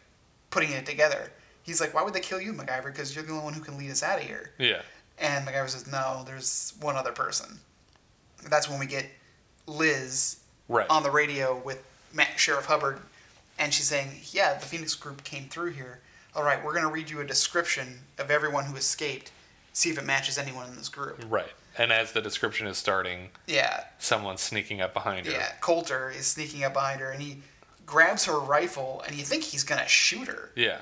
B: putting it together. He's like, why would they kill you, MacGyver? Because you're the only one who can lead us out of here.
A: yeah.
B: And MacGyver says, no, there's one other person. That's when we get Liz
A: Right.
B: on the radio with Ma Sheriff Hubbard, and she's saying, yeah, the Phoenix group came through here, all right, we're going to read you a description of everyone who escaped, see if it matches anyone in this group.
A: Right. And as the description is starting,
B: Yeah,
A: someone's sneaking up behind her.
B: yeah. Coulter is sneaking up behind her, and he grabs her rifle, and you think he's going to shoot her.
A: Yeah.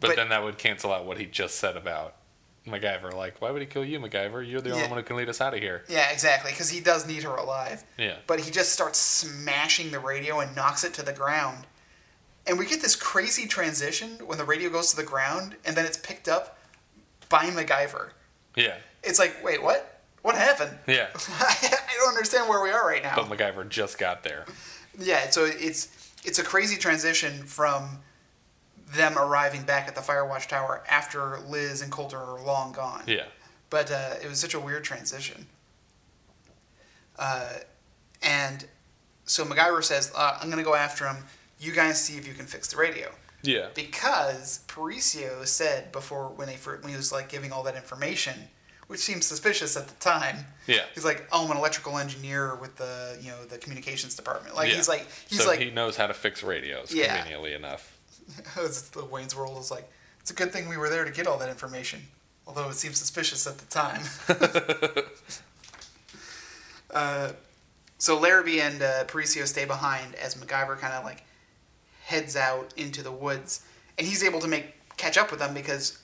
A: But,
B: But-
A: then that would cancel out what he just said about MacGyver. Like, why would he kill you, MacGyver? You're the
B: Yeah.
A: only one who can lead us out of here.
B: Yeah, exactly, because he does need her alive.
A: Yeah.
B: But he just starts smashing the radio and knocks it to the ground. And we get this crazy transition when the radio goes to the ground and then it's picked up by MacGyver.
A: Yeah.
B: It's like, wait, what? What happened?
A: Yeah.
B: I don't understand where we are right now.
A: But MacGyver just got there.
B: Yeah, so it's it's a crazy transition from them arriving back at the Firewatch Tower after Liz and Coulter are long gone.
A: Yeah.
B: But uh, it was such a weird transition. Uh, and so MacGyver says, uh, "I'm going to go after him. You guys see if you can fix the radio."
A: Yeah.
B: Because Paricio said before when they fir- when he was like giving all that information, which seemed suspicious at the time.
A: Yeah.
B: He's like, "Oh, I'm an electrical engineer with the you know the communications department." Like
A: Yeah.
B: he's like he's
A: so
B: like
A: he knows how to fix radios
B: Yeah.
A: conveniently enough.
B: It's the Wayne's World is like, it's a good thing we were there to get all that information, although it seems suspicious at the time. uh, so Larrabee and uh, Paricio stay behind as MacGyver kind of like heads out into the woods, and he's able to make catch up with them because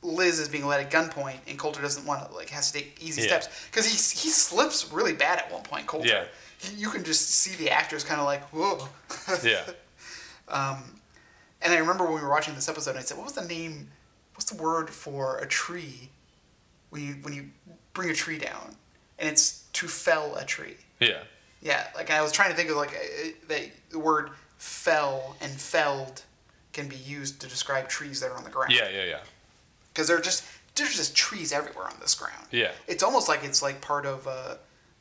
B: Liz is being led at gunpoint, and Coulter doesn't want to like has to take easy
A: Yeah.
B: steps because he he slips really bad at one point. Coulter,
A: Yeah.
B: He- you can just see the actors kind of like whoa.
A: Yeah.
B: And I remember when we were watching this episode, I said, "What was the name? What's the word for a tree when you when you bring a tree down?" And it's to fell a tree.
A: Yeah.
B: Yeah, like I was trying to think of like uh, the, the word fell and felled can be used to describe trees that are on the ground.
A: Yeah. Yeah. Yeah.
B: because they're just there's just trees everywhere on this ground.
A: Yeah.
B: it's almost like it's like part of a,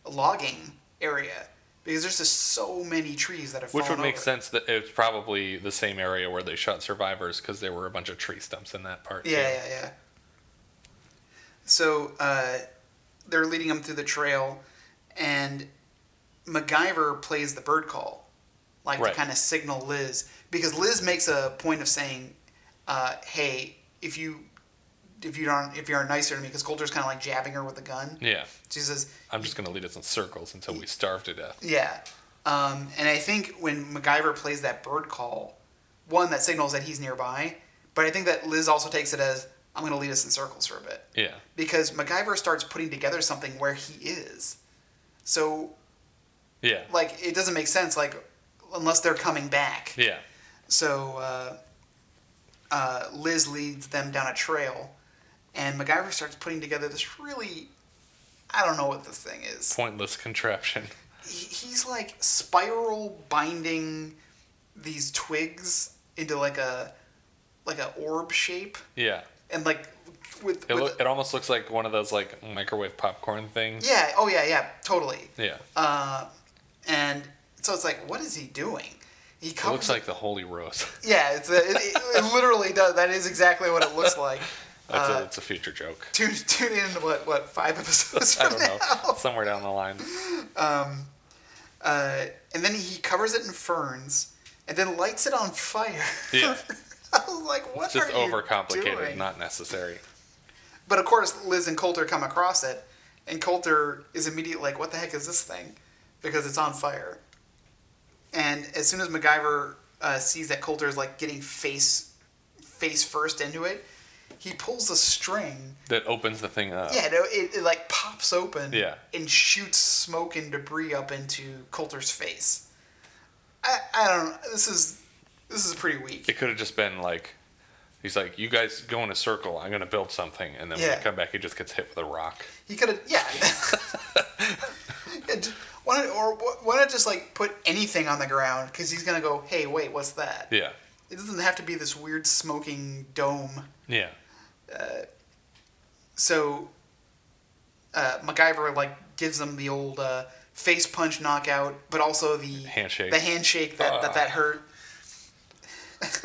B: a logging area because there's just so many trees that have
A: Which would
B: fallen
A: make
B: over.
A: sense that it's probably the same area where they shot survivors because there were a bunch of tree stumps in that part.
B: Yeah,
A: too.
B: yeah, yeah. So uh, they're leading him through the trail, and MacGyver plays the bird call, like
A: Right.
B: to kind of signal Liz because Liz makes a point of saying, uh, "Hey, if you if you don't if you are nicer to me," because Coulter's kind of like jabbing her with a gun.
A: Yeah.
B: She says,
A: I'm just going to lead us in circles until we starve to death.
B: yeah. Um, and I think when MacGyver plays that bird call, one, that signals that he's nearby, but I think that Liz also takes it as, I'm going to lead us in circles for a bit.
A: Yeah.
B: Because MacGyver starts putting together something where he is. So,
A: Yeah.
B: like, it doesn't make sense, like, unless they're coming back.
A: Yeah.
B: So uh, uh, Liz leads them down a trail, and MacGyver starts putting together this really, I don't know what this thing is.
A: Pointless contraption.
B: he- he's like spiral binding these twigs into like a like a orb shape
A: Yeah.
B: and like with,
A: It,
B: with
A: loo- it almost looks like one of those like microwave popcorn things.
B: yeah oh yeah yeah totally
A: Yeah.
B: uh, and so it's like what is he doing he
A: It
B: covers
A: looks like the Holy Rose.
B: yeah it's a, it, it- it literally does that is exactly what it looks like
A: That's
B: Uh,
A: a, it's a future joke.
B: tune tune in to what what five episodes from
A: I don't know.
B: now
A: Somewhere down the line.
B: Uh, and then he covers it in ferns and then lights it on fire
A: Yeah.
B: I was like, what
A: It's just
B: are you
A: overcomplicated,
B: doing?
A: not necessary.
B: But of course, Liz and Coulter come across it, and Coulter is immediately like, "What the heck is this thing?" Because it's on fire. And as soon as MacGyver uh, sees that Coulter is like getting face face first into it, he pulls a string.
A: That opens the thing up.
B: Yeah, no, it, it like pops open.
A: Yeah.
B: And shoots smoke and debris up into Coulter's face. I I don't. This is this is pretty weak.
A: It could have just been like, he's like, you guys go in a circle. I'm going to build something. And then when
B: Yeah.
A: I come back, he just gets hit with a rock.
B: He could have, yeah. It- why not, or wh- why not just like put anything on the ground? Because he's gonna go, hey, wait, what's that?
A: Yeah.
B: It doesn't have to be this weird smoking dome.
A: Yeah.
B: So, uh, MacGyver like gives them the old uh, face punch knockout, but also the
A: Handshake. Ah.
B: The handshake that that, that hurt.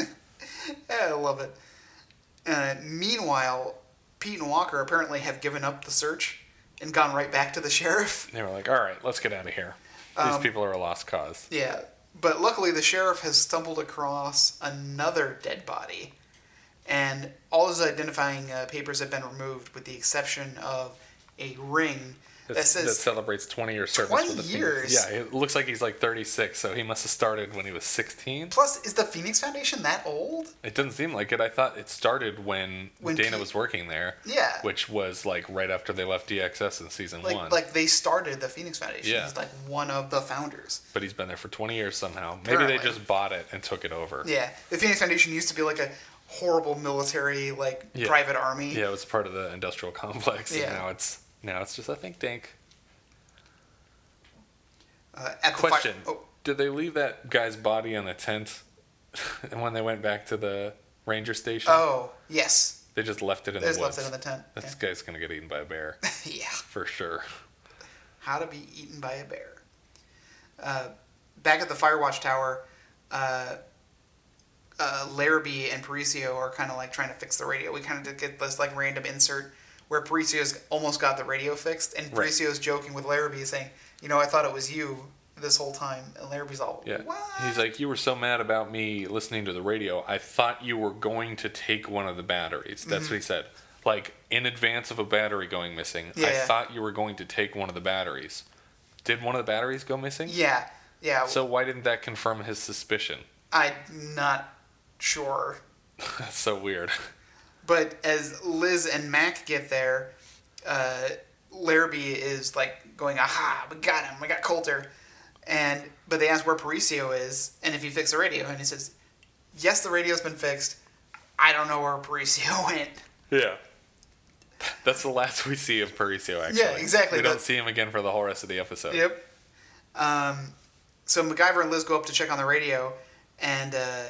B: yeah, I love it. Uh, meanwhile, Pete and Walker apparently have given up the search and gone right back to the sheriff.
A: They were like, all right, let's get out of here.
B: Um,
A: These people are a lost cause.
B: Yeah, but luckily the sheriff has stumbled across another dead body, and all his identifying uh, papers have been removed, with the exception of a ring that
A: That's- that
B: says
A: celebrates 20 years service
B: 20
A: with the Phoenix.
B: years?
A: Yeah, it looks like he's like 36, so he must have started when he was 16.
B: Plus, is the Phoenix Foundation that old?
A: It doesn't seem like it. I thought it started when,
B: When
A: Dana
B: Pete-
A: was working there.
B: Yeah.
A: Which was like right after they left DXS in season
B: Like,
A: one.
B: like they started the Phoenix Foundation.
A: Yeah.
B: He's like one of the founders.
A: but he's been there for 20 years somehow. Maybe they
B: Apparently.
A: just bought it and took it over.
B: Yeah, the Phoenix Foundation used to be like a horrible military, like
A: Yeah.
B: private army.
A: Yeah, it was part of the industrial complex.
B: Yeah.
A: And now it's now it's just a think tank.
B: Uh, at
A: Question:
B: The fire- oh,
A: Did they leave that guy's body in the tent when they went back to the ranger station?
B: oh, yes,
A: They just left it in
B: they just
A: the woods.
B: left it in the tent.
A: This guy's gonna get eaten by a bear
B: Yeah. yeah,
A: for sure.
B: how to be eaten by a bear. Uh, back at the Firewatch Tower, uh, uh, Larrabee and Paricio are kind of like trying to fix the radio. We kind of get this like random insert where Parisio's almost got the radio fixed, and
A: Right.
B: Parisio's joking with Larrabee, saying, "You know, I thought it was you." This whole time, and Larrabee's all,
A: Yeah.
B: "What?"
A: He's like, you were so mad about me listening to the radio. I thought you were going to take one of the batteries. That's
B: Mm-hmm.
A: what he said. Like in advance of a battery going missing, I
B: Yeah.
A: thought you were going to take one of the batteries. Did one of the batteries go missing?
B: "Yeah, yeah."
A: So why didn't that confirm his suspicion?
B: I'm not sure.
A: That's so weird.
B: But as Liz and Mac get there, uh, Larrabee is like going, aha, we got him, we got Coulter. And but they ask where Paricio is and if he fixed the radio, and he says, Yes, the radio's been fixed. I don't know where Paricio went.
A: Yeah. That's the last we see of Paricio, actually.
B: Yeah, exactly.
A: We don't
B: That-
A: see him again for the whole rest of the episode.
B: Yep. Um, so MacGyver and Liz go up to check on the radio, and uh,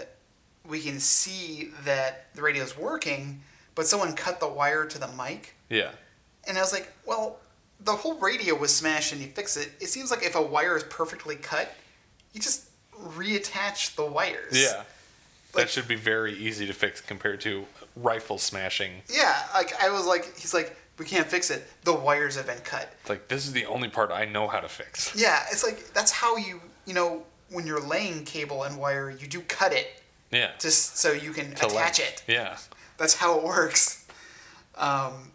B: we can see that the radio's working, but someone cut the wire to the mic.
A: Yeah.
B: And I was like, well, the whole radio was smashed and you fix it. It seems like if a wire is perfectly cut, you just reattach the wires.
A: Yeah.
B: Like-
A: that should be very easy to fix compared to rifle smashing
B: Yeah, like I was like he's like, we can't fix it. The wires have been cut.
A: It's like this is the only part I know how to fix.
B: Yeah, it's like that's how you you know, when you're laying cable and wire, you do cut it
A: Yeah.
B: just so you can
A: To
B: attach
A: length.
B: it.
A: Yeah.
B: That's how it works. Um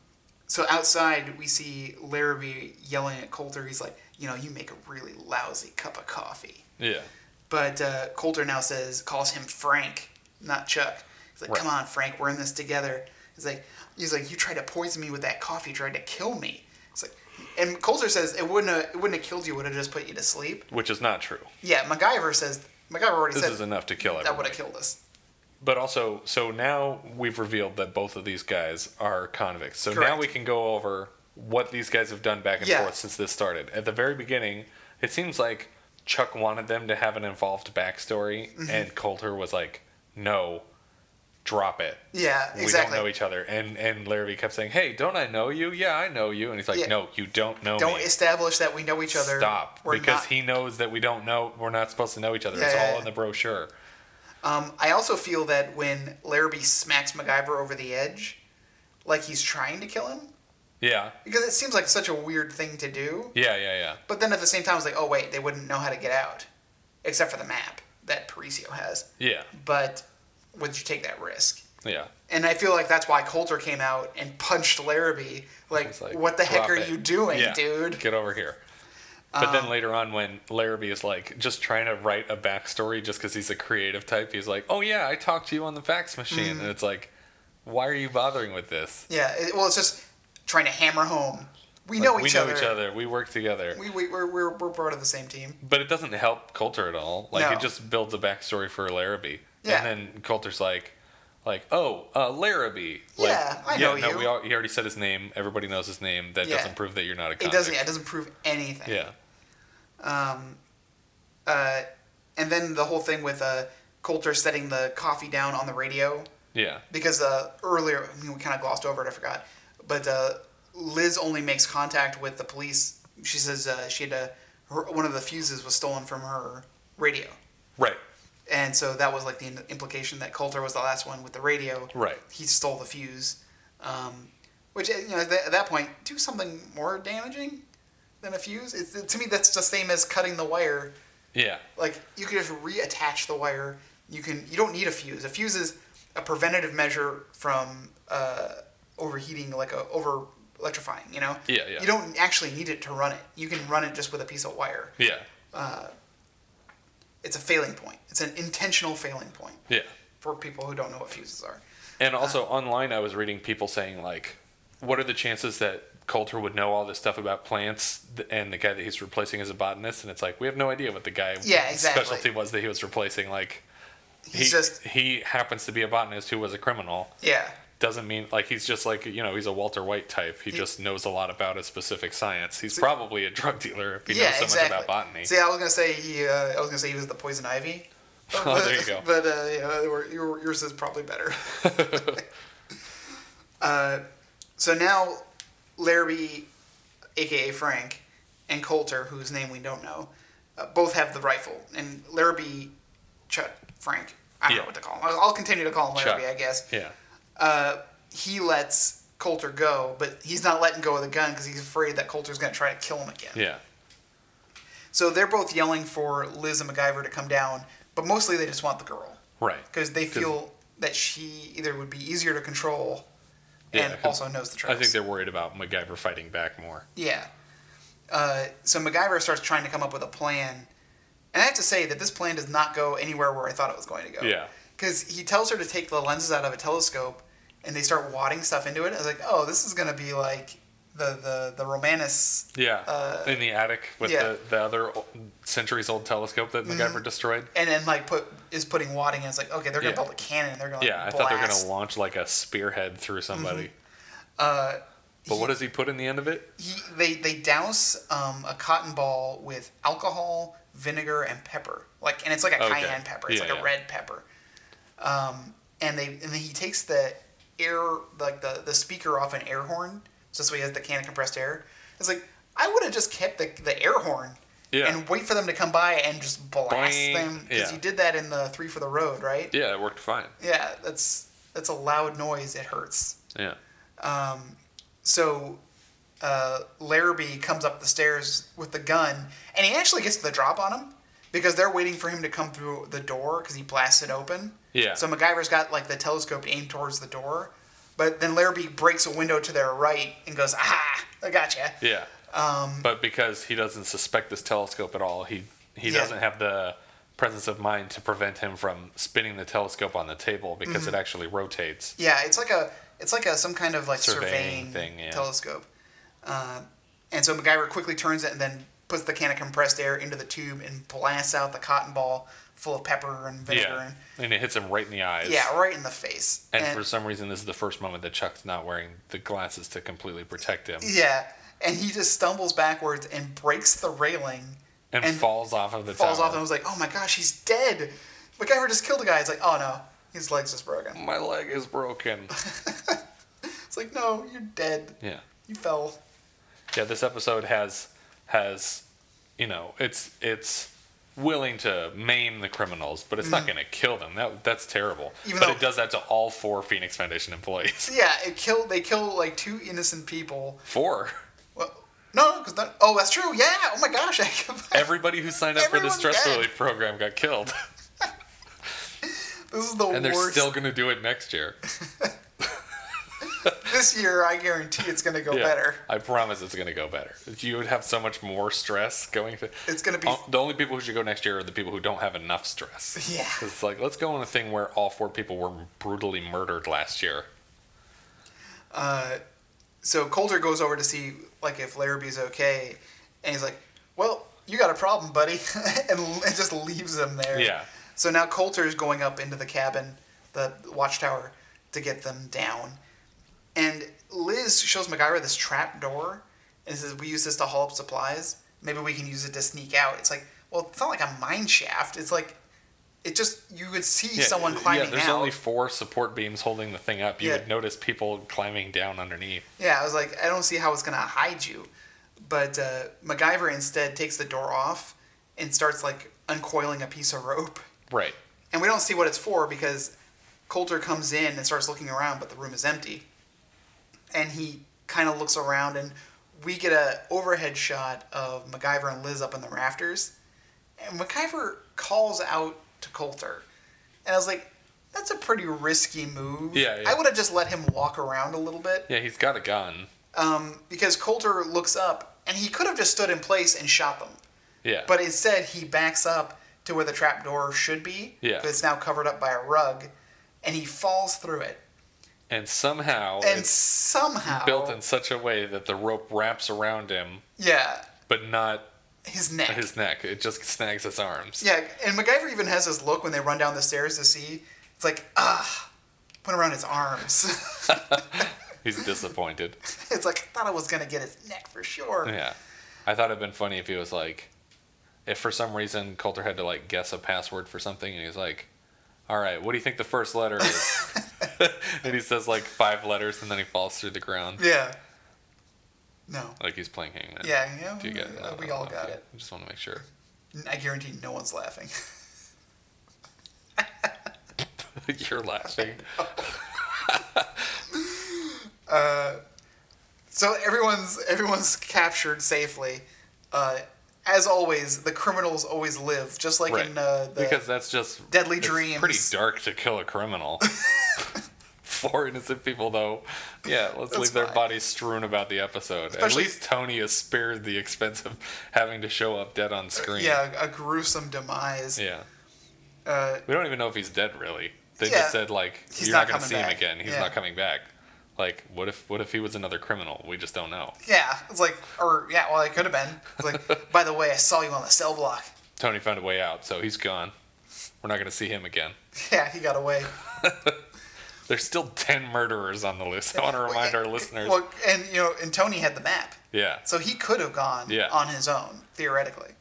B: so outside, we see Larrabee yelling at Coulter. He's like, "You know, you make a really lousy cup of coffee."
A: Yeah.
B: But uh, Coulter now says calls him Frank, not Chuck. He's like,
A: Right.
B: "Come on, Frank, we're in this together." He's like, "He's like, you tried to poison me with that coffee, tried to kill me." It's like, and Coulter says it wouldn't have, it wouldn't have killed you, would have just put you to sleep.
A: Which is not true.
B: Yeah, MacGyver says MacGyver already
A: This
B: said
A: is enough to kill
B: that would
A: everybody.
B: have killed us.
A: But also, so now we've revealed that both of these guys are convicts. So now
B: Correct.
A: we can go over what these guys have done back and
B: Yeah.
A: forth since this started. At the very beginning, it seems like Chuck wanted them to have an involved backstory,
B: Mm-hmm.
A: and Coulter was like, "No, drop it.
B: Yeah,
A: We don't know
B: exactly.
A: each other." And and Larry kept saying, "Hey, don't I know you? Yeah, I know you." And he's like,
B: Yeah.
A: "No, you don't know
B: Don't
A: me."
B: establish that we know each other.
A: Stop.
B: We're
A: because
B: not-
A: he knows that we don't know. We're not supposed to know each other. it's
B: Yeah, yeah,
A: all
B: yeah.
A: in the brochure.
B: Um, I also feel that when Larrabee smacks MacGyver over the edge, like he's trying to kill him,
A: Yeah.
B: because it seems like such a weird thing to do.
A: Yeah. Yeah. Yeah.
B: But then at the same time, it's like, oh wait, they wouldn't know how to get out, except for the map that Paricio has.
A: Yeah.
B: But would you take that risk?
A: Yeah.
B: And I feel like that's why Coulter came out and punched Larrabee. Like,
A: It's like,
B: what the heck
A: drop
B: are
A: it.
B: you doing,
A: Yeah.
B: dude? Um,
A: Get over here. But then later on, when Larrabee is like just trying to write a backstory just because he's a creative type, he's like, oh, yeah, I talked to you on the fax machine.
B: Mm.
A: And it's like, why are you bothering with this?
B: Yeah. It, well, it's just trying to hammer home. We know
A: Like,
B: each
A: we
B: other.
A: know each other. We work together.
B: We we we're, we're we're part of the same team.
A: But it doesn't help Coulter at all. Like
B: No.
A: it just builds a backstory for Larrabee. And
B: Yeah.
A: then Coulter's like, like, oh, uh, Larrabee. Like,
B: Yeah, I know
A: no,
B: you.
A: We all, he already said his name. Everybody knows his name. That
B: Yeah.
A: doesn't prove that you're not a
B: It
A: convict.
B: doesn't. Yeah, it doesn't prove anything.
A: Yeah.
B: Um, uh, and then the whole thing with uh, Coulter setting the coffee down on the radio.
A: Yeah.
B: because uh, earlier I mean, we kind of glossed over it. I forgot, but uh, Liz only makes contact with the police. She says uh, she had a, her, one of the fuses was stolen from her radio,
A: Right.
B: and so that was like the im- implication that Coulter was the last one with the radio.
A: Right.
B: He stole the fuse, um, which uh, you know at that- at that point do something more damaging than a fuse. It's, it, to me, that's the same as cutting the wire.
A: Yeah.
B: Like you can just reattach the wire. You can. You don't need a fuse. A fuse is a preventative measure from uh, overheating, like a over electrifying. You know,
A: Yeah, yeah.
B: you don't actually need it to run it. You can run it just with a piece of wire.
A: Yeah.
B: It's a failing point. It's an intentional failing point
A: Yeah.
B: for people who don't know what fuses are.
A: And also
B: Uh-huh.
A: online, I was reading people saying like, "What are the chances that Coulter would know all this stuff about plants?" th- And the guy that he's replacing is a botanist, and it's like we have no idea what the guy
B: Yeah, exactly.
A: specialty was that he was replacing. Like,
B: He's just
A: he happens to be a botanist who was a criminal.
B: yeah.
A: Doesn't mean like he's just like you know he's a Walter White type. He just knows a lot about a specific science. He's probably a drug dealer if he
B: yeah,
A: knows so
B: exactly.
A: much about botany.
B: See, I was gonna say he. Uh, I was gonna say he was the poison ivy.
A: Oh, there you go.
B: But uh, yeah, they were- your- yours is probably better. uh, so now, Larrabee, aka Frank, and Coulter, whose name we don't know, uh, both have the rifle, and Larrabee, Chuck, Frank. I don't
A: Yeah.
B: know what to call him. I'll I'll continue to call him
A: Chuck.
B: Larrabee, I guess.
A: Yeah,
B: Uh, he lets Coulter go, but he's not letting go of the gun because he's afraid that Coulter's going to try to kill him again.
A: yeah,
B: So they're both yelling for Liz and MacGyver to come down, but mostly they just want the girl
A: right.
B: because they feel that she either would be easier to control
A: Yeah,
B: and
A: 'cause
B: also knows the
A: I
B: tricks.
A: think they're worried about MacGyver fighting back more.
B: yeah. Uh, so MacGyver starts trying to come up with a plan, and I have to say that this plan does not go anywhere where I thought it was going to go.
A: Yeah.
B: Because he tells her to take the lenses out of a telescope, and they start wadding stuff into it. I was like, oh, this is going to be like the the the Romanus.
A: Yeah, in the attic with
B: Uh, yeah. Mm-hmm.
A: the, the other o- centuries-old telescope that MacGyver destroyed.
B: And then like put is putting wadding, and it's like, okay, they're going
A: Yeah.
B: to build a cannon. and They're going to
A: Yeah, I thought they were gonna launch like a spearhead through somebody.
B: Mm-hmm. Uh,
A: but what does he put in the end of it?
B: he, they they douse um, a cotton ball with alcohol, vinegar, and pepper. Like, and it's like a
A: Okay.
B: cayenne pepper. It's
A: Yeah,
B: like
A: yeah.
B: a red pepper. Um, and they and then he takes the air like the the speaker off an air horn, so this way he has the can of compressed air. It's like I would have just kept the the air horn.
A: Yeah.
B: And wait for them to come by and just blast
A: Boing.
B: them because
A: Yeah.
B: you did that in the three for the road, right?
A: Yeah, it worked fine.
B: yeah, that's that's a loud noise. It hurts.
A: Yeah,
B: So uh, Larrabee comes up the stairs with the gun, and he actually gets the drop on him because they're waiting for him to come through the door because he blasts it open.
A: Yeah.
B: So MacGyver's got like the telescope aimed towards the door, but then Larrabee breaks a window to their right and goes, "Aha! I gotcha."
A: yeah. Um, but because he doesn't suspect this telescope at all, he he
B: Yeah.
A: doesn't have the presence of mind to prevent him from spinning the telescope on the table because
B: Mm-hmm.
A: it actually rotates.
B: Yeah, it's like a it's like a some kind of like surveying,
A: Surveying thing, yeah.
B: telescope. Uh, and so MacGyver quickly turns it and then puts the can of compressed air into the tube and blasts out the cotton ball full of pepper and vinegar.
A: Yeah,
B: And,
A: and it hits him right in the eyes.
B: yeah, right in the face.
A: And for some reason, this is the first moment that Chuck's not wearing the glasses to completely protect him
B: yeah, and he just stumbles backwards and breaks the railing
A: and, falls off of the
B: falls
A: tower.
B: off. And I was like, "Oh my gosh, he's dead!" MacGyver just killed a guy. It's like, "Oh no, his legs just broken."
A: My leg is broken.
B: It's like, "No, you're dead.
A: Yeah.
B: You fell."
A: Yeah, this episode has has you know, it's it's willing to maim the criminals, but it's not gonna kill them. That that's terrible.
B: Mm-hmm. Even
A: but
B: though-
A: it does that to all four Phoenix Foundation employees.
B: Yeah, it killed. They kill like two innocent people.
A: Four.
B: Well, no, because oh, that's true. Yeah. Oh my gosh. I-
A: Everybody who signed up
B: Everyone's
A: for the stress
B: dead.
A: relief program got killed.
B: this is the
A: And they're
B: worst.
A: still gonna do it next year.
B: This year, I guarantee it's gonna go
A: Yeah.
B: better.
A: I promise it's gonna go better. You would have so much more stress going to
B: It's gonna be.
A: Uh, the only people who should go next year are the people who don't have enough stress.
B: Yeah.
A: 'Cause It's like, let's go on a thing where all four people were brutally murdered last year.
B: Uh, so Coulter goes over to see like if Larrabee's okay, and he's like, "Well, you got a problem, buddy," and, and just leaves him there.
A: Yeah.
B: So now Coulter's going up into the cabin, the watchtower, to get them down, and Liz shows MacGyver this trap door, and says, "We use this to haul up supplies. Maybe we can use it to sneak out." It's like, well, it's not like a mine shaft. It's like, it just you could see someone climbing
A: Yeah, there's
B: out.
A: only four support beams holding the thing up. You
B: Yeah.
A: would notice people climbing down underneath.
B: Yeah, I was like, I don't see how it's gonna hide you. But uh, MacGyver instead takes the door off and starts like uncoiling a piece of rope,
A: Right.
B: and we don't see what it's for because Coulter comes in and starts looking around, but the room is empty. And he kind of looks around, and we get a overhead shot of MacGyver and Liz up in the rafters, and MacGyver calls out to Coulter, and I was like, That's a pretty risky move.
A: Yeah, yeah.
B: I would have just let him walk around a little bit
A: Yeah, he's got a gun.
B: um, because Coulter looks up and he could have just stood in place and shot them.
A: Yeah.
B: But instead, he backs up to where the trap door should be.
A: Yeah.
B: But it's now covered up by a rug, and he falls through it.
A: and somehow
B: And
A: it's
B: somehow
A: built in such a way that the rope wraps around him,
B: Yeah,
A: but not
B: his neck.
A: his neck. It just snags his arms.
B: yeah, and MacGyver even has this look when they run down the stairs to see. It's like ah, went around his arms.
A: He's disappointed.
B: it's like I thought I was gonna get his neck for sure.
A: Yeah. I thought it'd been funny if he was like, if for some reason Coulter had to like guess a password for something, and he was like, "All right, what do you think the first letter is?" and he says like five letters, and then he falls through the ground,
B: Yeah. No.
A: like he's playing Hangman.
B: Yeah, yeah.
A: If you get-
B: uh, we all got it.
A: I just want to make sure.
B: I guarantee no one's laughing.
A: You're laughing.
B: So everyone's everyone's captured safely. Uh, as always, the criminals always live, just like
A: Right.
B: in uh, the
A: because that's just
B: Deadly
A: it's
B: Dreams.
A: Pretty dark to kill a criminal. Four innocent people, though. Yeah, let's leave their
B: fine.
A: bodies strewn about the episode.
B: Especially-
A: At least Tony is spared the expense of having to show up dead on screen.
B: yeah, a gruesome demise.
A: Yeah.
B: Uh,
A: We don't even know if he's dead, really. They
B: Yeah.
A: just said like
B: He's
A: you're not,
B: not
A: going to
B: coming
A: see him
B: back.
A: again. He's
B: Yeah.
A: not coming back. Like, what if what if he was another criminal? We just don't know.
B: yeah, it's like, or yeah, well, it could have been. It's like, by the way, I saw you on the cell block.
A: Tony found a way out, so he's gone. We're not going to see him again.
B: Yeah, he got away.
A: There's still ten murderers on the list. I want to remind our listeners.
B: Well, and you know, and Tony had the map,
A: yeah.
B: so he could have gone
A: Yeah.
B: on his own theoretically.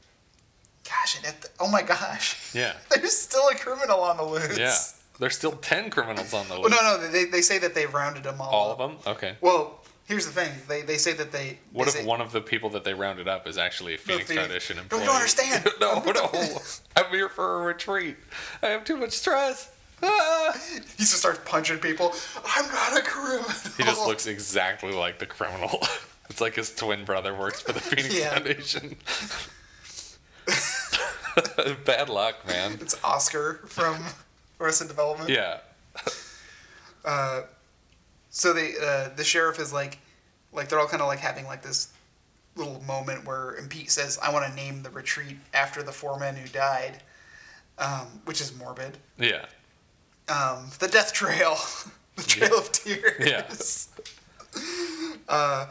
B: Gosh, and at the, oh my gosh,
A: Yeah.
B: there's still a criminal on the loose.
A: Yeah. There's still 10 criminals on the list.
B: Well, Oh, no, no, they, they say that they've rounded them all.
A: All
B: up.
A: of them? Okay.
B: Well, here's the thing. They they say that they.
A: What
B: they
A: if
B: say-
A: one of the people that they rounded up is actually a Phoenix
B: Phoenix-
A: Foundation
B: No, you
A: employee?
B: don't understand.
A: no, no. I'm here for a retreat. I have too much stress. Ah!
B: He just starts punching people. I'm not a criminal.
A: He just
B: Oh.
A: looks exactly like the criminal. It's like his twin brother works for the Phoenix
B: Yeah.
A: Foundation. Bad luck, man.
B: It's Oscar from Arrested Development. Uh,
A: Yeah.
B: So they uh, the sheriff is like, like they're all kind of like having like this little moment where and Pete says, "I want to name the retreat after the four men who died," um, which is morbid.
A: Yeah.
B: um, the death trail, the trail of tears. Uh,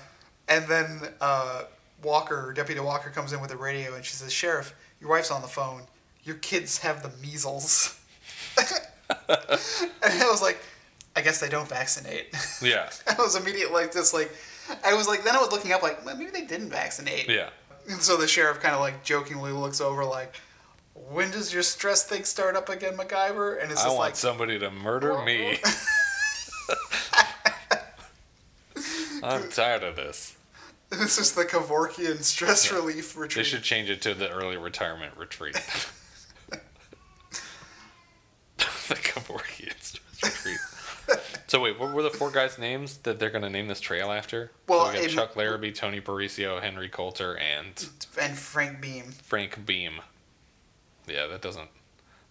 B: and then uh, Walker, Deputy Walker, comes in with a radio and she says, "Sheriff, your wife's on the phone. Your kids have the measles." and I was like, "I guess they don't vaccinate."
A: Yeah.
B: I was immediately like, "This like," I was like, then I was looking up like, well, maybe they didn't vaccinate.
A: Yeah.
B: And so the sheriff kind of like jokingly looks over like. When does your stress thing start up again, MacGyver? And it's
A: I
B: just
A: want
B: like
A: somebody to murder me. I'm tired of this.
B: This is the Kevorkian stress relief
A: They
B: retreat.
A: should change it to the early retirement retreat. the Kevorkian stress retreat. So wait, what were the four guys' names that they're gonna name this trail after?
B: Well,
A: so we got
B: it-
A: Chuck Larrabee, Tony Paricio, Henry Coulter, and
B: And Frank Beam.
A: Frank Beam. Yeah, that doesn't.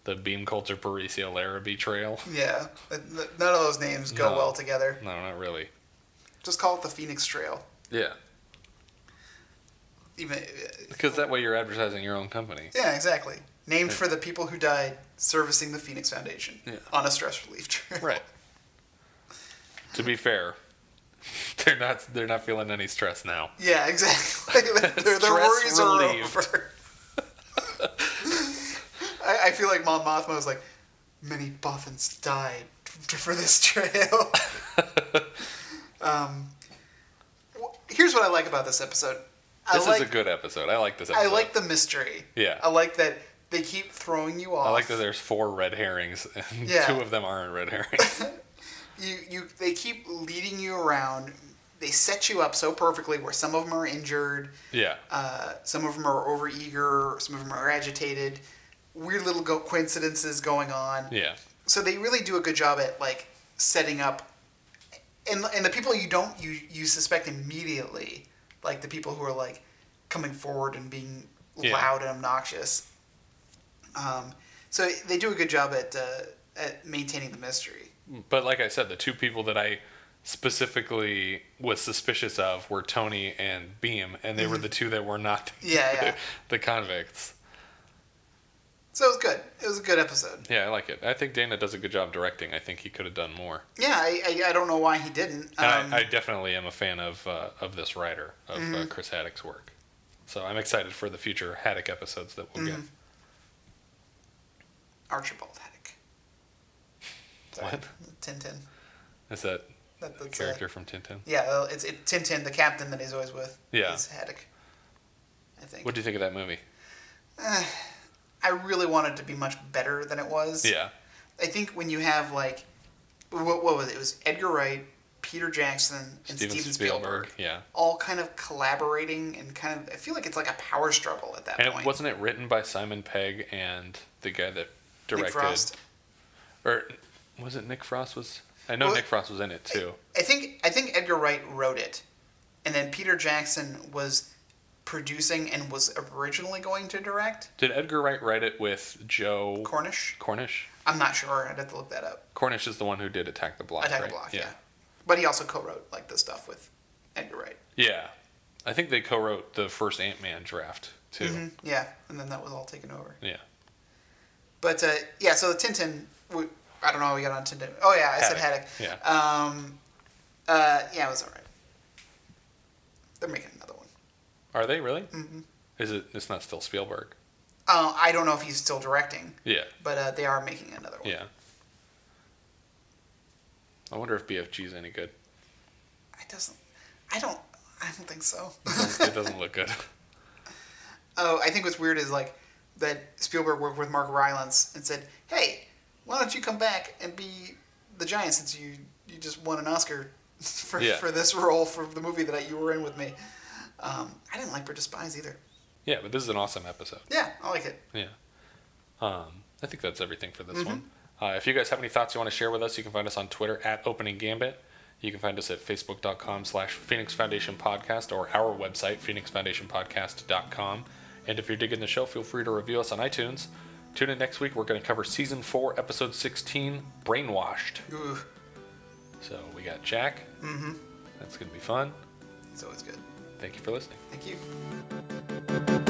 A: The Beam Coulter Paricio Larrabee Trail.
B: Yeah. Th- th- None of those names go
A: No.
B: well together.
A: No, not really.
B: Just call it the Phoenix Trail.
A: Yeah,
B: Even. uh,
A: because that way you're advertising your own company.
B: Yeah, exactly. Named for the people who died servicing the Phoenix Foundation
A: Yeah.
B: on a stress relief trip.
A: Right. to be fair, they're not they're not feeling any stress now.
B: Yeah, exactly. their, their
A: Stress
B: worries are
A: relieved.
B: over. I, I feel like Mom Mothma was like, many boffins died for this trail. um, wh- here's what I like about this episode. I
A: This
B: like,
A: is a good episode. I like this
B: I
A: episode.
B: like the mystery.
A: Yeah.
B: I like that they keep throwing you off.
A: I like that there's four red herrings and
B: Yeah.
A: two of them aren't red herrings.
B: you you they keep leading you around. They set you up so perfectly where some of them are injured.
A: yeah.
B: Uh, some of them are overeager, some of them are agitated. Weird little go- coincidences going on.
A: Yeah.
B: So they really do a good job at like setting up, and and the people you don't you you suspect immediately, like the people who are like coming forward and being
A: Yeah.
B: loud and obnoxious. Um, so they do a good job at uh, at maintaining the mystery.
A: But like I said, the two people that I specifically was suspicious of were Tony and Beam, and they were the two that were not the,
B: Mm-hmm. Yeah, yeah.
A: the convicts.
B: So it was good. It was a good episode.
A: Yeah, I like it. I think Dana does a good job directing. I think he could have done more.
B: Yeah, I, I, I don't know why he didn't.
A: And
B: Um, Mm-hmm.
A: I, I definitely am a fan of uh, of this writer of uh, Chris Haddock's work. So I'm excited for the future Haddock episodes that we'll
B: Mm-hmm. Archibald Haddock.
A: get. What
B: Tintin.
A: is that
B: That, that's uh,
A: character from Tintin?
B: yeah, well, it's it, Tintin, the captain that he's always with.
A: Yeah.
B: Is Haddock. I think.
A: What do you think of that movie?
B: I really wanted to be much better than it was.
A: Yeah,
B: I think when you have like, what, what was it? It was Edgar Wright, Peter Jackson, and
A: Steven, Spielberg. Yeah,
B: all kind of collaborating and kind of. I feel like it's like a power struggle at that
A: and
B: point.
A: it, wasn't it written by Simon Pegg and the guy that directed?
B: Nick Frost.
A: Or was it Nick Frost? Was I know
B: Well,
A: Nick Frost was in it too.
B: I think I think Edgar Wright wrote it, and then Peter Jackson was producing and was originally going to direct
A: Did Edgar Wright write it with Joe
B: Cornish.
A: Cornish?
B: I'm not sure. I'd have to look that up.
A: Cornish is the one who did Attack the Block.
B: Attack
A: right?
B: the Block. Yeah. But he also co-wrote like the stuff with Edgar Wright.
A: yeah, I think they co-wrote the first Ant Man draft too.
B: Mhm, Yeah, and then that was all taken over.
A: Yeah.
B: But uh, yeah, so the Tintin. We, I don't know. how We got on Tintin. Oh yeah, I said Haddock.
A: Haddock, yeah.
B: Um, uh, yeah, it was all right. They're making another one.
A: Are they really? Mm-hmm. Is it? It's not still Spielberg.
B: Uh, I don't know if he's still directing,
A: Yeah.
B: but uh, they are making another one.
A: Yeah. I wonder if BFG's any good.
B: I doesn't. I don't. I don't think so.
A: It doesn't look good.
B: oh, I think what's weird is like that Spielberg worked with Mark Rylance and said, "Hey, why don't you come back and be the Giant since you you just won an Oscar for
A: Yeah.
B: for this role for the movie that you were in with me." Um, I didn't like British Spies either.
A: Yeah, but this is an awesome episode.
B: Yeah, I like it.
A: Yeah. Um, I think that's everything for this one. Uh, if you guys have any thoughts you want to share with us, you can find us on Twitter at Opening Gambit. You can find us at facebook.com slash Phoenix Foundation Podcast or our website, phoenixfoundationpodcast.com. And if you're digging the show, feel free to review us on iTunes. Tune in next week. We're going to cover season four, episode 16, Brainwashed.
B: Ooh,
A: So we got Jack. Mm-hmm. That's going to be fun.
B: it's always good.
A: Thank you for listening.
B: Thank you.